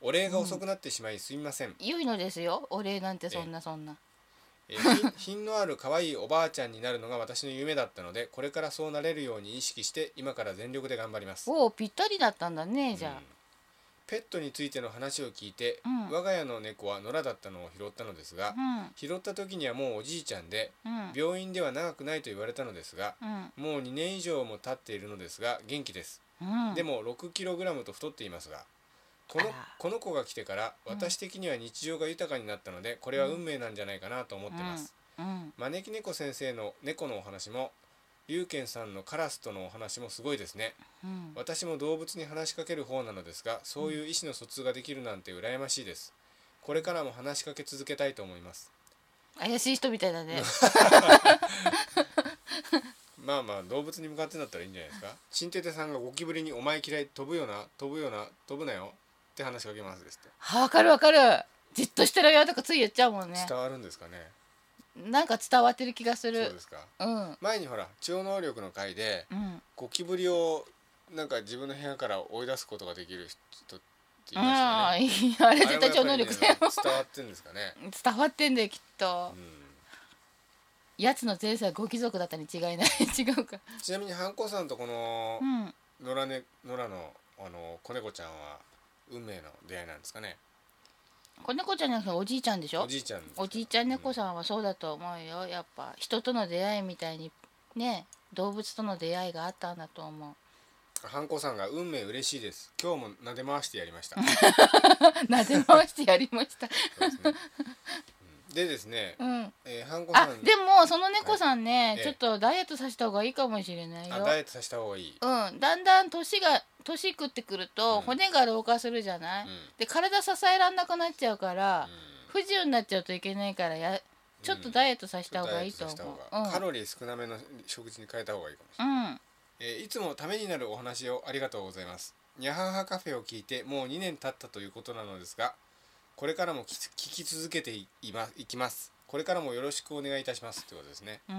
お礼が遅くなってしまいすみません、良いのですよ。お礼なんてそんなそんな。えー品 品のある可愛いおばあちゃんになるのが私の夢だったのでこれからそうなれるように意識して今から全力で頑張ります、おおぴったりだったんだねじうゃんペットについての話を聞いて、うん我が家の猫は野良だったのを拾ったのですが、あ。うん拾った時にはもうおじいちゃんでうん病院では長くないと言われたのですがうんもう2年以上も経っているのですが元気ですうん。でも 6kg と太っていますがこのあらこの子が来てから私的には日常が豊かになったのでこれは運命なんじゃないかなと思ってます、うん招き猫先生の猫のお話も龍賢さんのカラスとのお話もすごいですねうん私も動物に話しかける方なのですがそういう意思の疎通ができるなんて羨ましいですこれからも話しかけ続けたいと思います怪しい人みたいだね。まあまあ動物に向かってだったらいいんじゃないですかチンテテさんがゴキブリに「お前嫌い飛ぶよな飛ぶよな飛ぶなよ」って話しかけますですって、あわかるわかる。じっとしてるよとかつい言っちゃうもんね。伝わるんですかねなんか伝わってる気がすそうるで。すかうん前にほら超能力の回でうん。ゴキブリをなんか自分の部屋から追い出すことができる人っていましたよねああいいあれ絶対超能力だよあれもやっ。ぱりね伝わってんですかね。伝わってんだよきっうと。ん、やつの前世はご貴族だったに違いない 違うか。ちなみにハンコさんとこのうん。野良,、ね、野良のあの子猫ちゃんは運命の出会いなんですかね。子猫ちゃんじゃなくておじいちゃんでしょお。じいちゃんですけど。おじいちゃん猫うさんはそうだと思うよ。やっぱ人との出会いみたいにね動物との出会いがあったんだと思う。 ん。ハンコさんが運命嬉しいです。今日も撫で回してやりま した。そうなぜ回してやりました。ですね。うんでですね、うん。えー、ハンコさあんでもその猫さんね、ええちょっとダイエットさせた方がいいかもしれないよあダイエットさせた方がいい。うんだんだん年が年食ってくると、うん骨が老化するじゃない、うんで体支えらんなくなっちゃうから、不自由になっちゃうといけないからやちょっとダイエットさせた方がいいと思うちょっダイエットさせたう方んがカロリー少なめの食事に変えた方がいいかもしれなうい。んえーいつもためになるお話をありがとうございます。にゃははカフェを聞いてもう2年経ったということなのですが、これからもき聞き続けていまいきます。これからもよろしくお願いいたしますということですね。うん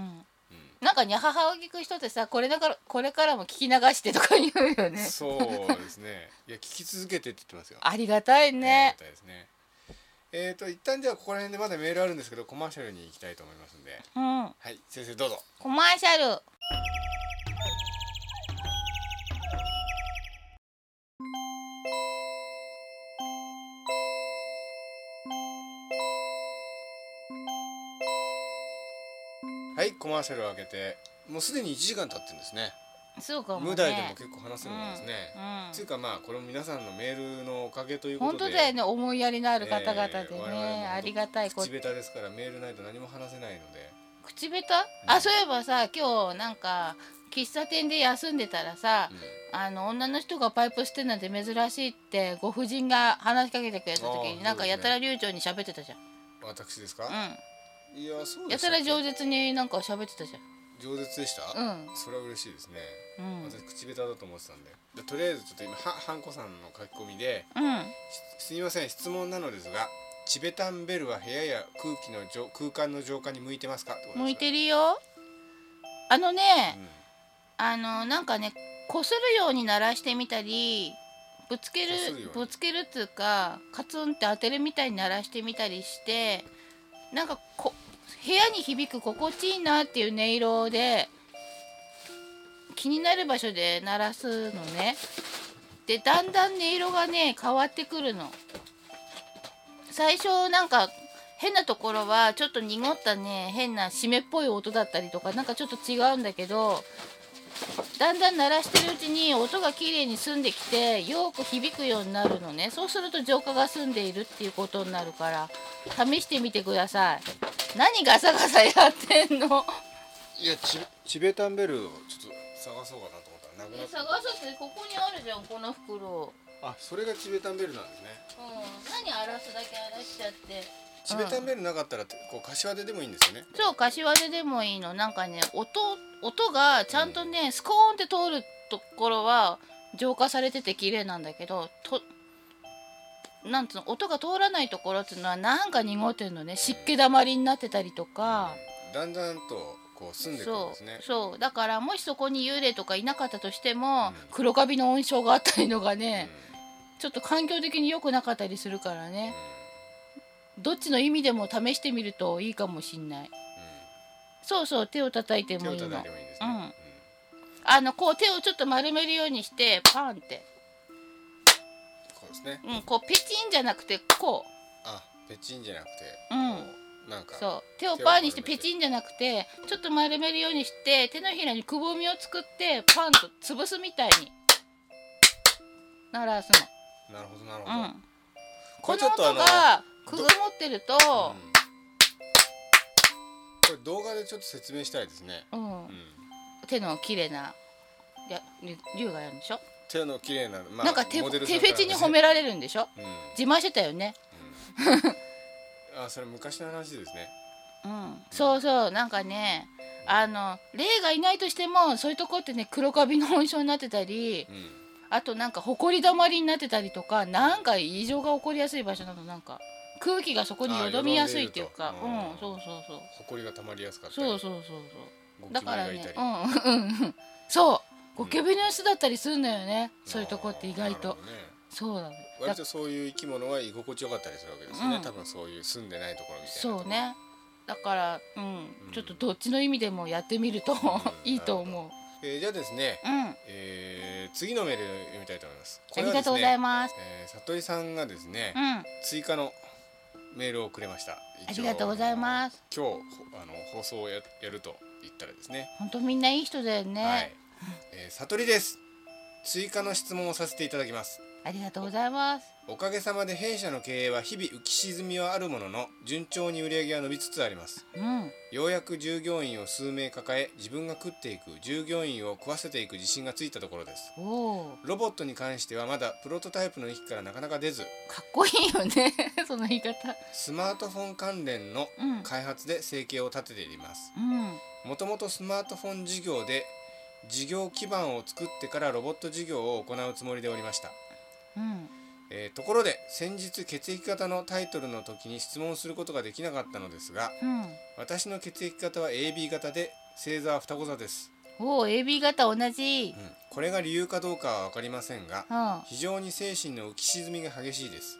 うんなんかにゃははを聞く人ってさこれだからこれからも聞き流してとか言うよねそうですね。いや聞き続けてって言ってますよ。ありがたいありがね、たいですね。えっ、と一旦じゃあここら辺でまだメールあるんですけどコマーシャルに行きたいと思いますんで、うんはい先生どうぞ。コマーシャルはいコマーシャルを開けてもうすでに1時間経ってるんですね。そうかもね無題でも結構話せるもんですね。うんつうかまあこれも皆さんのメールのおかげということ本で当だよね思いやりのある方々でね、えー我々も本当ありがたいこ口と下手ですからメールないと何も話せないので口下手あそういえばさ今日なんか喫茶店で休んでたらさ、あの女の人がパイプ捨てなんて珍しいってご婦人が話しかけてくれた時あーになんそうですかやたねら流暢に喋ってたじゃん私ですか、いやそううんでやしたたっけら饒舌になんか喋ってたじ饒舌でした、ゃんうんそれは嬉しいですねうん私口下手だと思ってたんででとりあえずちょっと今はハンコさんの書き込みでうん「すすみません質問なのですがチベタンベルは部屋や空気の浄空間の浄化に向いてますか?」ってこと向でいすかてるよあのね、うんあのなんかねこするように鳴らしてみたりぶつける擦るようにぶつけるっつうかカツンって当てるみたいに鳴らしてみたりしてなんかこ部屋に響く心地いいなっていう音色で気になる場所で鳴らすのねでだんだん音色がね変わってくるの最初なんか変なところはちょっと濁ったね変な湿っぽい音だったりとかなんかちょっと違うんだけどだんだん鳴らしてるうちに音が綺麗に澄んできてよく響くようになるのねそうすると浄化が済んでいるっていうことになるから試してみてください何ガサガサやってんのいやチベチベタンベルをちょっと探そうかなと思ったらなくな探っすってここにあるじゃんこの袋たあそれがチベタンベルなんですねうん何荒らすだけ荒らしちゃってチベタンベルなかったらこう柏ででもいいんですよねそう柏ででもいいのなんかね音音がちゃんとね、スコーンって通るところは浄化されてて綺麗なんだけどとなんつうの音が通らないところっていうのはなんか濁ってんのね湿気だまりになってたりとか、だんだんとこう住んでくるんそですねうそうだからもしそこに幽霊とかいなかったとしても、うん黒カビの温床があったりのがね、うんちょっと環境的に良くなかったりするからうんねどっちの意味でも試してみるといいかもしんないそうそう手を叩いてうんもいい手を叩いのてもいいんですね、うんうんあのこう手をちょっと丸めるようにしてパンって、そうですねうん、こうペチンじゃなくてこあペチンじゃなくてう、うん、こうなんかそう手をパーにして手を丸めてペチンじゃなくてちょっと丸めるようにして手のひらにくぼみを作ってパンと潰すみたいに鳴らすなるほどなるほの、うど、ん、ここれのちょっとあ音のがくぐもってると、うんこれ動画でちょっと説明したいですね、うんうん、手の綺麗なやり龍がやるんでしょ、手の綺麗な、まあ、なんか手モデルさ手んフェチに褒めらられるんでしょれ、うん自慢してたよねうんあそれ昔の話ですねうん、そうそうなんかねあの霊がいないとしてもそういうとこってね黒カビの温床になってたりうんあとなんか埃だまりになってたりとかなんか異常が起こりやすい場所なのなんか空気がそこによどみやすいっていうあかーうよどんでいんるとそうそうそう埃が溜まりやすかったりそうそうそうそうだからゴねキブリがいたうりんうんうんそうゴキブリの巣だったりするのよねそういうとこって意外あとーなるほどねそうなの割だとそういう生き物は居心地よかったりするわけですよね、うん多分そういう住んでないところみたいなそうねだからうんうんちょっとどっちの意味でもやってみると いいと思うえーじゃあですね、うんえー次のメール読みたいと思いますありがとうございまます。えー、里井さんがですね、うん、追加のメールをくれましたありがとうございます今日ほあの放送をややると言ったらですね本当みんないい人だよね。はい、えー、悟りです追加の質問をさせていただきますありがとうございます。おかげさまで弊社の経営は日々浮き沈みはあるものの順調に売り上げは伸びつつありますうん、ようやく従業員を数名抱え自分が食っていく従業員を食わせていく自信がついたところですおお、ロボットに関してはまだプロトタイプの域からなかなか出ずかっこいいよね。 その言い方。スマートフォン関連のうん、開発で生計を立てていますうん、もともとスマートフォン事業で事業基盤を作ってからロボット事業を行うつもりでおりました、うん、えーところで先日血液型のタイトルの時に質問することができなかったのですがうん。私の血液型は AB 型で星座は双子座です、おお、AB 型同じう。ん、これが理由かどうかは分かりませんがうん、うん。非常に精神の浮き沈みが激しいです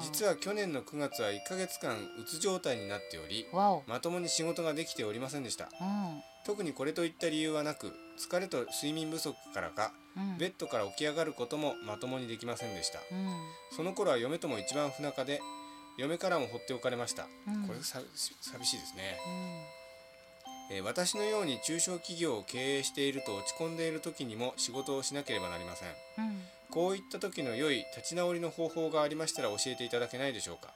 実は去年の9月は1ヶ月間うつ状態になっておりわお。まともに仕事ができておりませんでしたうん、特にこれといった理由はなく疲れと睡眠不足からかうん。ベッドから起き上がることもまともにできませんでしたうん、その頃は嫁とも一番不仲で嫁からも放っておかれましたうんこれさ寂しいですね、うん、えー私のように中小企業を経営していると落ち込んでいる時にも仕事をしなければなりませんうん、こういった時の良い立ち直りの方法がありましたら教えていただけないでしょうか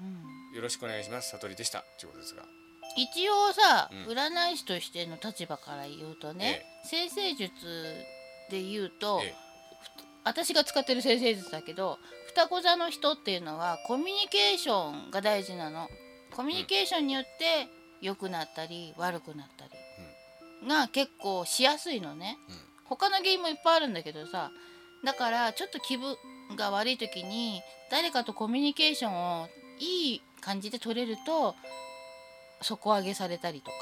うん。よろしくお願いします悟りでしたということですが一応さ、うん占い師としての立場から言うとね、先生術で言うと、え私が使ってる先生術だけど双子座の人っていうのはコミュニケーションが大事なのコミュニケーションによって良くなったり悪くなったりが結構しやすいのね、うん他の原因もいっぱいあるんだけどさだからちょっと気分が悪い時に誰かとコミュニケーションをいい感じで取れると底上げされたりとか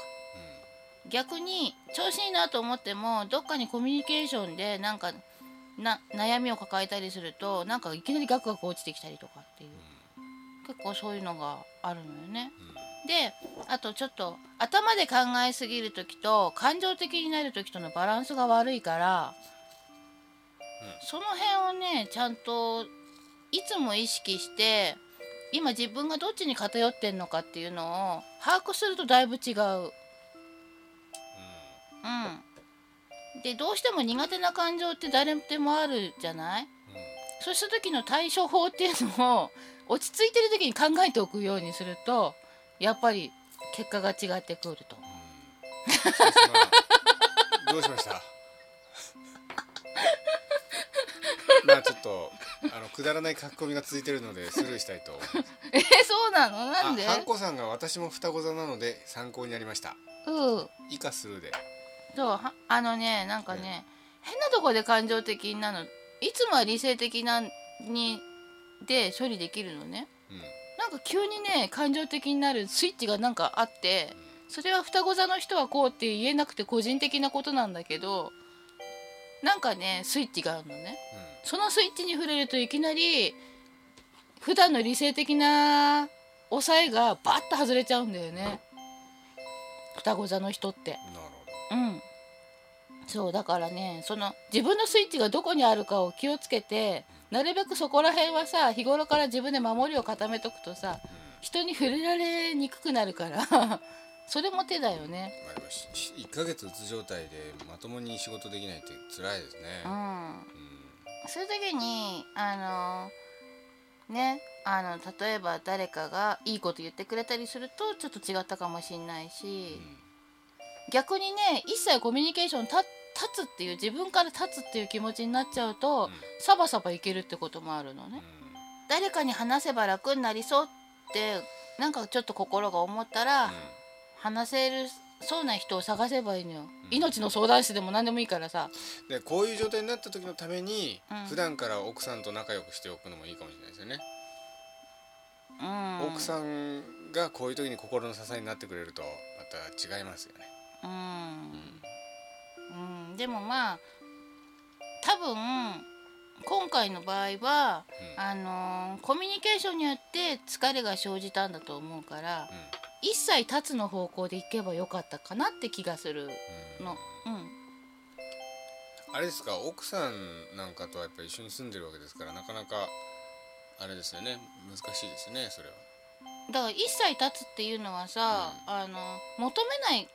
逆に調子いいなと思ってもどっかにコミュニケーションでなんかな悩みを抱えたりするとなんかいきなりガクガク落ちてきたりとかっていう結構そういうのがあるのよね。であとちょっと頭で考えすぎる時と感情的になる時とのバランスが悪いから、うその辺をねちゃんといつも意識して今自分がどっちに偏ってんのかっていうのを把握するとだいぶ違う。うん、でどうしても苦手な感情って誰でもあるじゃないそうした時の対処法っていうのを落ち着いてる時に考えておくようにするとやっぱり結果が違ってくるとうんうんうんうんどうしましたまあちょっとあのくだらない書き込みが続いてるのでスルーしたいと思いますえそうなのなんであハンコさんが私も双子座なので参考になりましたうん以下スルーでそうはあのねなんかね変なとこで感情的なのいつもは理性的なにで処理できるのねうんなんか急にね感情的になるスイッチがなんかあってそれは双子座の人はこうって言えなくて個人的なことなんだけどなんかねスイッチがあるのねそのスイッチに触れるといきなり普段の理性的な抑えがバッと外れちゃうんだよね双子座の人ってうんなるほどうんそうだからねその自分のスイッチがどこにあるかを気をつけてなるべくそこら辺はさ日頃から自分で守りを固めとくとさ人に触れられにくくなるから それも手だよねまあ、やっぱしし1ヶ月うつ状態でまともに仕事できないって辛いですねう、んうんそういう時にあのねあの例えば誰かがいいこと言ってくれたりするとちょっと違ったかもしれないし、逆にね一切コミュニケーション立立つっていう自分から立つっていう気持ちになっちゃうと、うんサバサバいけるってこともあるのね。誰かに話せば楽になりそうってなんかちょっと心が思ったら、話せるそうな人を探せばいいのよ、うん命の相談室でも何でもいいからさうんでこういう状態になった時のために、うん普段から奥さんと仲良くしておくのもいいかもしれないですよね、うん奥さんがこういう時に心の支えになってくれるとまた違いますよね、うんうん、でもまあ多分今回の場合は、うんあのーコミュニケーションによって疲れが生じたんだと思うからうん一切立つの方向でいけばよかったかなって気がするうんの。うんあれですか奥さんなんかとはやっぱり一緒に住んでるわけですからなかなかあれですよね難しいですねそれはだから一切立つっていうのはさ、あの求めない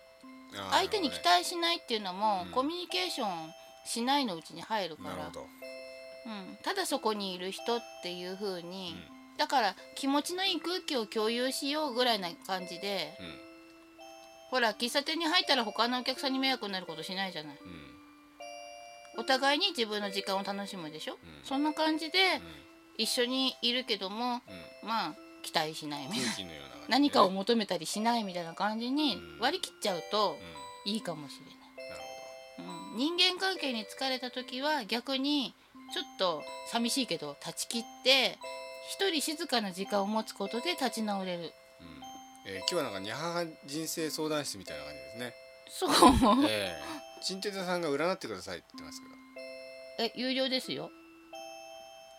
あー相手に期待しないっていうのも、うんコミュニケーションしないのうちに入るかなるらほ、ど、うん、ただそこにいる人っていう風うに、んだから気持ちのいい空気を共有しようぐらいな感じでうんほら喫茶店に入ったら他のお客さんに迷惑になることしないじゃないうんお互いに自分の時間を楽しむでしょ、うんそんな感じでう一緒にいるけどもんうんまあ期待しないみたいな空気のような感じね何かをうん求めたりしないみたいな感じにうん割り切っちゃうとなるいいかもしれない。ほうん、人間関係に疲れた時は逆にちょっと寂しいけど断ち切って一人静かな時間を持つことで立ち直れるど、うんえー今日はなんかニャハハ人生相談室みたいな感じですねそう思うええ陳鉄さんが占ってくださいって言ってますけどえ有料ですよ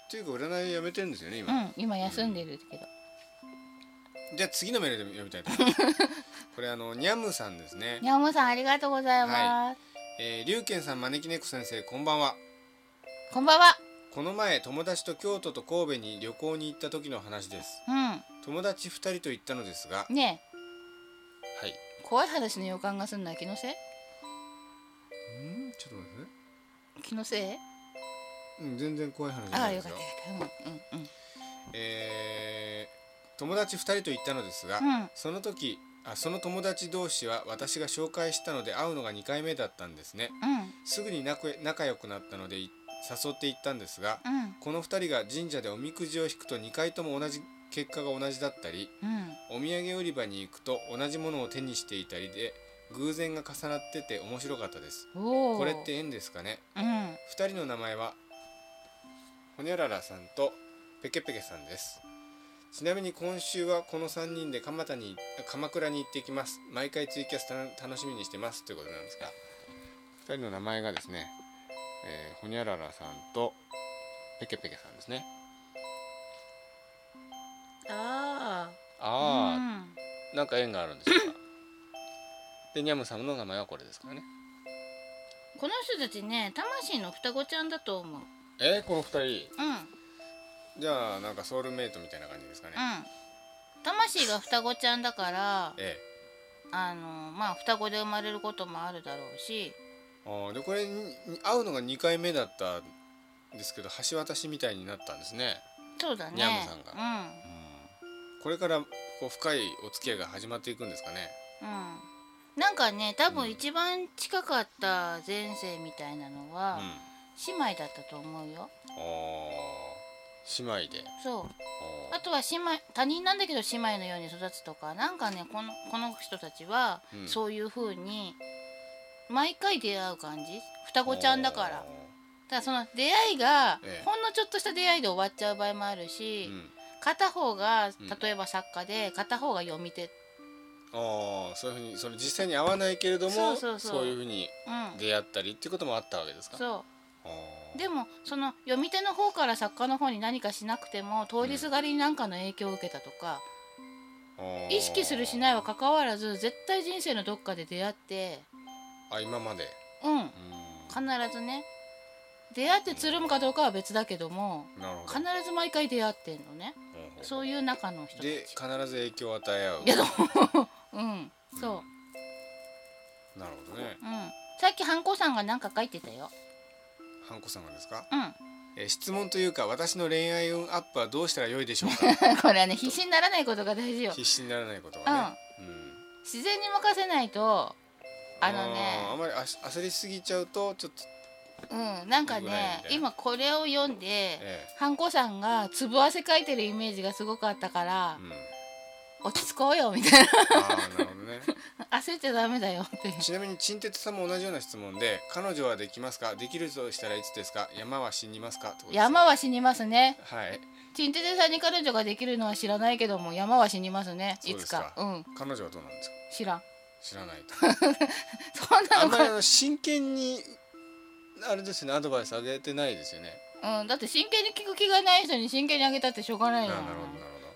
っていうか占いやめてるんですよねう今、ん今休んでるけどじゃあ次のメールでも読みたいと思 いますこれあのニャムさんですねにゃんもさんありがとうございます、えー、龍賢さん招き猫先生こんばんはこんばんはこの前友達と京都と神戸に旅行に行った時の話です友達2人と行ったのですがはうんねいえ怖い話の予感がするのは気のせいんちょっと待ってね気のせいうん全然怖い話じゃあなあいよですかよったよかったうんうんえー友達2人と行ったのですが、うんその時あその友達同士は私が紹介したので会うのが2回目だったんですねうんすぐに仲仲良くなったのでい誘って行ったんですがうんこの2人が神社でおみくじを引くと2回とも同じ結果が同じだったりうんお土産売り場に行くと同じものを手にしていたりで偶然が重なってて面白かったですおおこれって縁ですかねうん2人の名前はほにゃららさんとペケペケさんですちなみに今週はこの3人で蒲田に鎌倉に行ってきます毎回ツイキャスた楽しみにしてますということなんですが2人の名前がですね、えー、ほにゃららさんとペケペケさんですねあああ、あなんか縁があるんでしょうか でにゃむさんの名前はこれですからねうんこの人たちね魂の双子ちゃんだと思うえー、この2人うんうんじゃあなんかソウルメイトみたいな感じですかね、魂が双子ちゃんだからええあのまあ双子で生まれることもあるだろうしああでこれにに会うのが2回目だったんですけど橋渡しみたいになったんですね、そうだねニャムさんがうんこれからこう深いお付き合いが始まっていくんですかねうんなんかね多うん分一番近かった前世みたいなのうんはあ姉妹だったと思うよあ姉妹でそうああとは姉妹他人なんだけど姉妹のように育つとかなんかねこのこの人たちはうんそういう風に毎回出会う感じ双子ちゃんだからただその出会いがええほんのちょっとした出会いで終わっちゃう場合もあるうし、ん片方がうん例えば作家で片方が読み手、ああそういうふうにその実際に会わないけれどもそうそうそういうふうにうん、出会ったりっていうこともあったわけですかそうあーでもその読み手の方から作家の方に何かしなくても通りすがりに何かの影響を受けたとか、あー意識するしないは関わらず絶対人生のどっかで出会ってあ今までうんうん必ずね出会ってつるむかどうかは別だけどもなるほど必ず毎回出会ってんのねそういいう中の人たちで必ず影響を与え合うけど うんそうなるほどねうんさっきハンコさんが何か書いてたよハンコさんがですかうん えー質問というか私の恋愛運アップはどうしたらよいでしょう かこれはね必死にならないことが大事よ必死にならないことがね、うん自然に任せないとあのーあねんまりあし焦りすぎちゃうとちょっと、うんなんかぐらいみねたいな今これを読んでえハンコさんがつぶ汗かいてるイメージがすごくあったから えうん、あ落ち着こうよみたいあなるほどねな 焦っちゃダメだよっていうちなみに陳鉄さんも同じような質問で「彼女はできますかできるとしたらいつですか山は死にますか?」ってことです山は死にますねはいチンテテさんに彼女ができるのは知らないけども山は死にますねそういですつかかうん彼女はどうなんですか知らん 知らないとそんなあのんまりあか、 の真剣にあれですよねアドバイスあげてないですよねうん、だって真剣に聞く気がない人に真剣にあげたってしょうがないよななるほどなるほど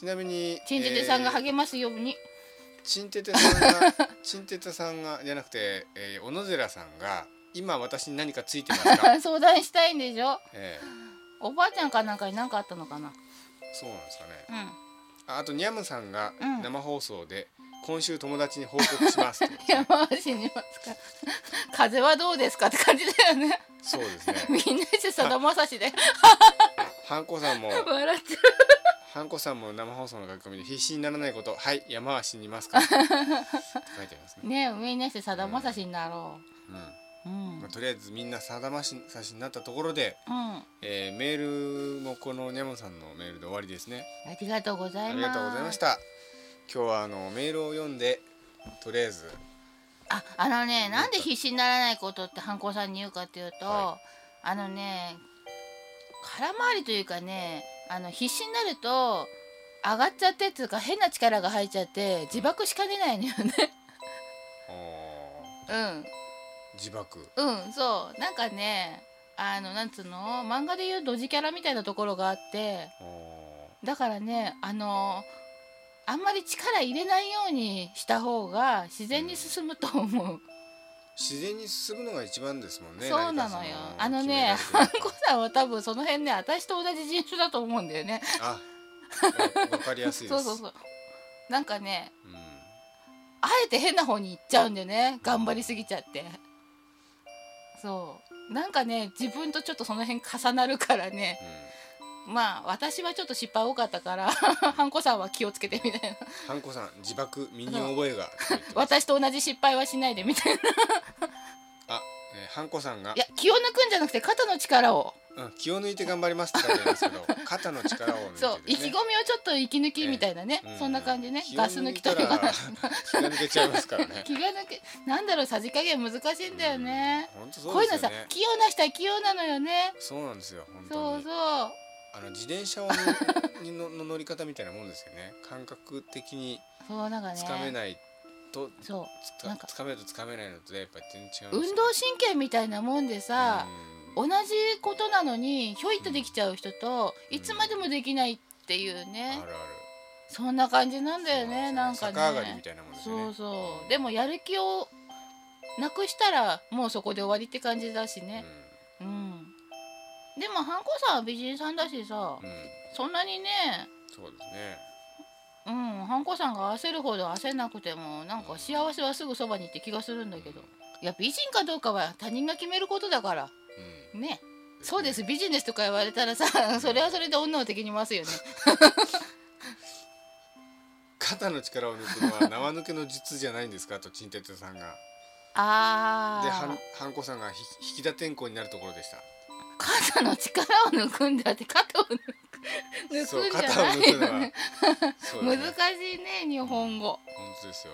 ちなみにチンテテさんがえー励ますように、 チンテテさんがチンテテさんがじゃなくて、えー、小野寺さんが今私に何かついてます か、相談したいんでしょえー、おばあちゃんかなんかに何かあったのかなそうなんですかねうんああとニャムさんがうん生放送で、今週友達に報告しま すってことですね山は死にますか風はどうですかって感じだよねそうですねみんなしてさだまさしでハンコさんも笑っちゃハンコさんも生放送の書き込みで必死にならないことはい山は死にますかって書いてありますう ね、ねみんなしてさだまさしになろうんううんまあ、とりあえずみんなさだましさしになったところで、うんえーメールもこのニャムさんのメールで終わりですねありがとうござあいります。がとうございました。今日はあのメールを読んでとりあえず、あ、あのね、なんで必死にならないことってハンコさんに言うかっていうと、はあのね、空回りというかね、あの必死になると上がっちゃってっていうか変な力が入っちゃって自爆しかねないのよね。自爆。うん、うん、そう。なんかね、あのなんつうの、漫画でいうドジキャラみたいなところがあって、だからね、あのあんまり力入れないようにした方が自然に進むと思う。自然に進むのが一番ですもんね。そうな何かのよあのね決ハめンられて るコさんは多分その辺ね私と同じ人種だと思うんだよねあ、わわかりやすいでそうす。そうそうなんかねうんあえて変な方に行っちゃうんだよね頑張りすぎちゃってそうなんかね自分とちょっとその辺重なるからねうまあ私はちょっと失敗多かったから ハンコさんは気をつけてみたいなんハンコさん自爆身に覚えが。って言ってます私と同じ失敗はしないでみたいなあ、えーハンコさんがいや気を抜くんじゃなくて肩の力をうんうん、気を抜いて頑張りますって書いてありますけど肩の力を抜いてです、ね、そう意気込みをちょっと息抜きみたいなね、ええうんそんな感じね気を抜いたらガス抜きとかが気が抜けちゃいますか らね気が抜けなんだろうさじ加減難しいんだよね、うん本こ当そうういうですのよさね器用な人は器用なのよねそうなんですよ本当そうにそうあの自転車をにのの乗り方みたいなもんですよ ね感覚的にそうなんかつかめねないとそうつなんかかつかめるとつかめないのとでやっぱ全然違うんです運動神経みたいなもんでさ、同じことなのにひょいっとできちゃう人と、うんいつまでもできないっていううんあねるあるそんな感じなんだよねなんそうかねですよ逆上がりみたいなもんですよねそうそうでもやる気をなくしたらもうそこで終わりって感じだしねうん、でもハンコさんは美人さんだしさ、うん、うん、そんなにねそうですねうんハンコさんが焦るほど焦んなくてもなんか幸せはすぐそばにって気がするんだけどいや美人かどうかは他人が決めることだからうんねそうですビジネスとか言われたらさそれはそれで女を敵に回すよね肩の力を抜くのは縄抜けの術じゃないんですかと陳哲さんがあではんあハンコさんがひ引き立てんこになるところでした肩の力を抜くんだって肩を抜く抜そうくんじゃ肩をない抜くよのは ねそうだ難ねしいね日本語、本当ですよ、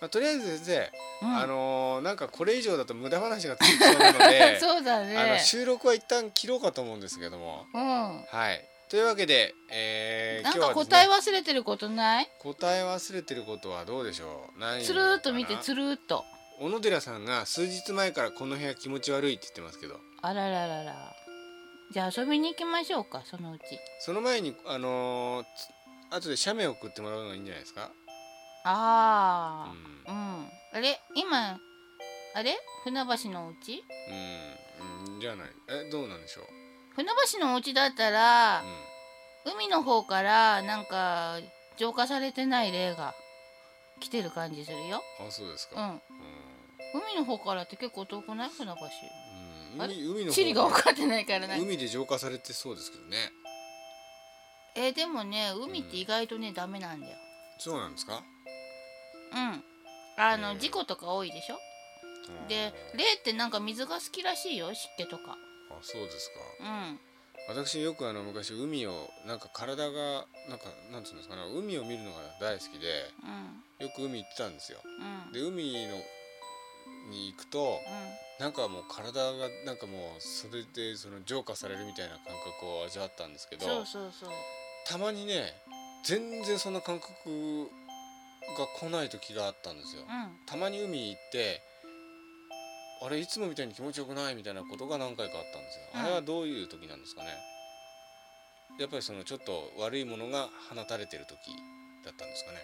まあ、とりあえず先生、うんあのーなんかこれ以上だと無駄話がついてしまうので そうだあのね収録は一旦切ろうかと思うんですけどもうはいというわけで、えんー、なん今日かはです答えね、忘れてることない答え忘れてることはどうでしょうないのかなつるーっと見てつるーっと小野寺さんが数日前からこの部屋気持ち悪いって言ってますけどあららららじゃあ遊びに行きましょうかそのうちその前にあのーつ後で写メ送ってもらうのがいいんじゃないですか、うあんあうんあれ今あれ船橋のお家うん、うん、じゃないえどうなんでしょう、船橋のお家だったらうん、海の方からなんか浄化されてない霊が来てる感じするよ。あそうですうか、ん。うん海の方からって結構遠くない船橋。うん、あれ海海の方地理が分かってないからね。海で浄化されてそうですけどねえーでもね海って意外とねダメなんだよ。そうなんですかうん。あうのん事故とか多いでしょ。で霊ってなんか水が好きらしいよ湿気とか。あーあそうですかうん。私よくあの昔海をなんか体がなんかなんつうんですかね海を見るのが大好きでうん。よく海行ってたんですようん。で海のに行くとうん。なんかもう体がなんかもうそれでその浄化されるみたいな感覚を味わったんですけどそうそうそう。たまにね全然そんな感覚が来ない時があったんですようん。たまに海行ってあれいつもみたいに気持ちよくないみたいなことが何回かあったんですよ、うんあれはどういう時なんですかねやっぱりそのちょっと悪いものが放たれてる時だったんですかね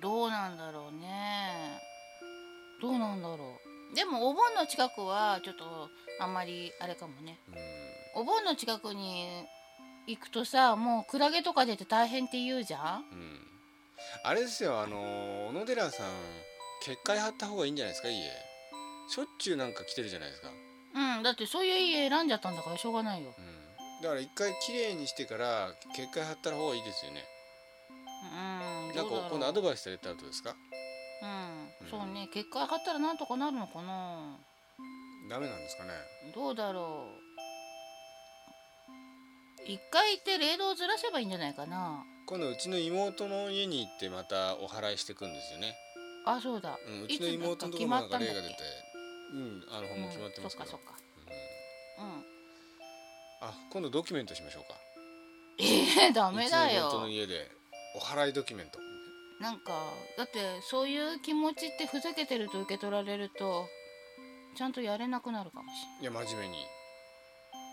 どうなんだろうねどうなんだろうでもお盆の近くはちょっとあんまりあれかもねお盆の近くに行くとさもうクラゲとか出て大変って言うじゃんうん、うん、あれですよあの小野寺さん結界張った方がいいんじゃないですか家しょっちゅうなんか来てるじゃないですか、うんだってそういう家選んじゃったんだからしょうがないようん、だから一回きれいにしてから結界張った方がいいですよねうんなどんうだろかう今度アドバイスされたらどうですかうんそうね結果張ったらなんとかなるのかなダメなんですかねどうだろう一回行って冷凍ずらせばいいんじゃないかな今度うちの妹の家に行ってまたお祓いしてくんですよね、あそうだうん、ういちつだのっけ妹のところもなんか霊が出て決うんあのほんま決まってますけうん、ど、そっうかんそっかうん あ今度ドキュメントしましょうかえー、ダうメちだの妹よの家でお祓いドキュメントなんかだってそういう気持ちってふざけてると受け取られるとちゃんとやれなくなるかもしいや真面目にれないだか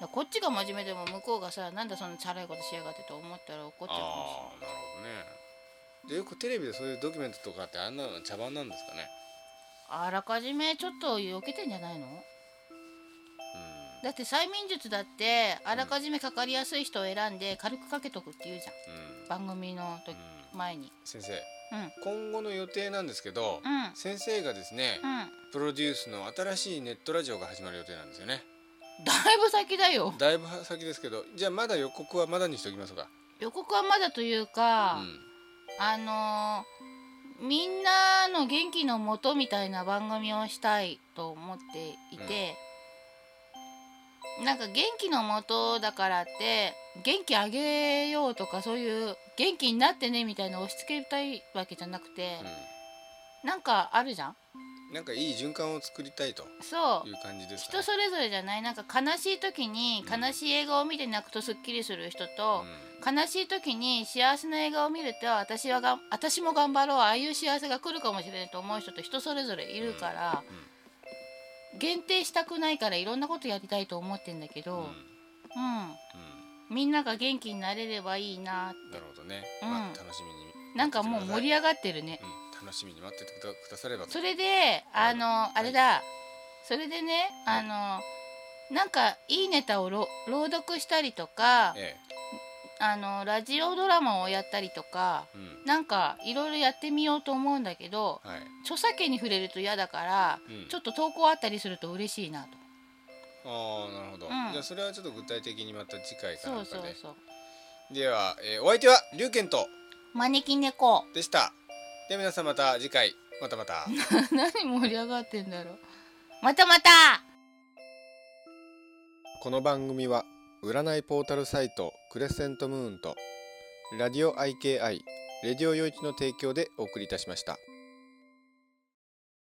らこっちが真面目でも向こうがさなんだそんなチャラいことしやがってと思ったら怒っちゃうかもしああなるほどねでよくテレビでそういうドキュメントとかってあんなの茶番なんですかねれないあらかじめちょっと避けてんじゃないのだって催眠術だってあらかじめかかりやすい人を選んで軽くかけとくって言うじゃうんうん、ん番組の時うん前に先生うん今後の予定なんですけど、うん先生がですね、うんプロデュースの新しいネットラジオが始まる予定なんですよねだいぶ先だよだいぶ先ですけどじゃあまだ予告はまだにしておきますか予告はまだというか、うあのーみんなの元気のもとみたいな番組をしたいと思っていて、なんか元気のもとだからって元気あげようとかそういう元気になってねみたいな押し付けたいわけじゃなくて、なんかあるじゃんうん、なんかいい循環を作りたいとそういう感じですか、人それぞれじゃないなんか悲しい時に悲しい映画を見て泣くとすっきりする人と、悲しい時に幸せな映画を見ると私はが私も頑張ろうああいう幸せが来るかもしれないと思う人と人それぞれいるから、限定したくないからいろんなことやりたいと思ってんだけうん、うど、んうんうんうん、みんなが元気になれればいいななるほどね、うんまあ、楽しみに待っててくださいなんかもう盛り上がってるね。うん、楽しみに待っててくだくださればとそれであのいあれだそれでねはあのなんかいいネタをろ朗読したりとかえあのラジオドラマをやったりとかえうんなんかいろいろやってみようと思うんだけどはい、著作権に触れると嫌だからうん、ちょっと投稿あったりすると嬉しいなとああなるほど、うんじゃあそれはちょっと具体的にまた次回かそなんうかそうでそうでは、えーお相手は龍賢と招き猫でしたでは皆さんまた次回またまた 何盛り上がってんだろうまたまたこの番組は占いポータルサイトクレセントムーンとラディオ IKI レディオ陽一の提供でお送りいたしました。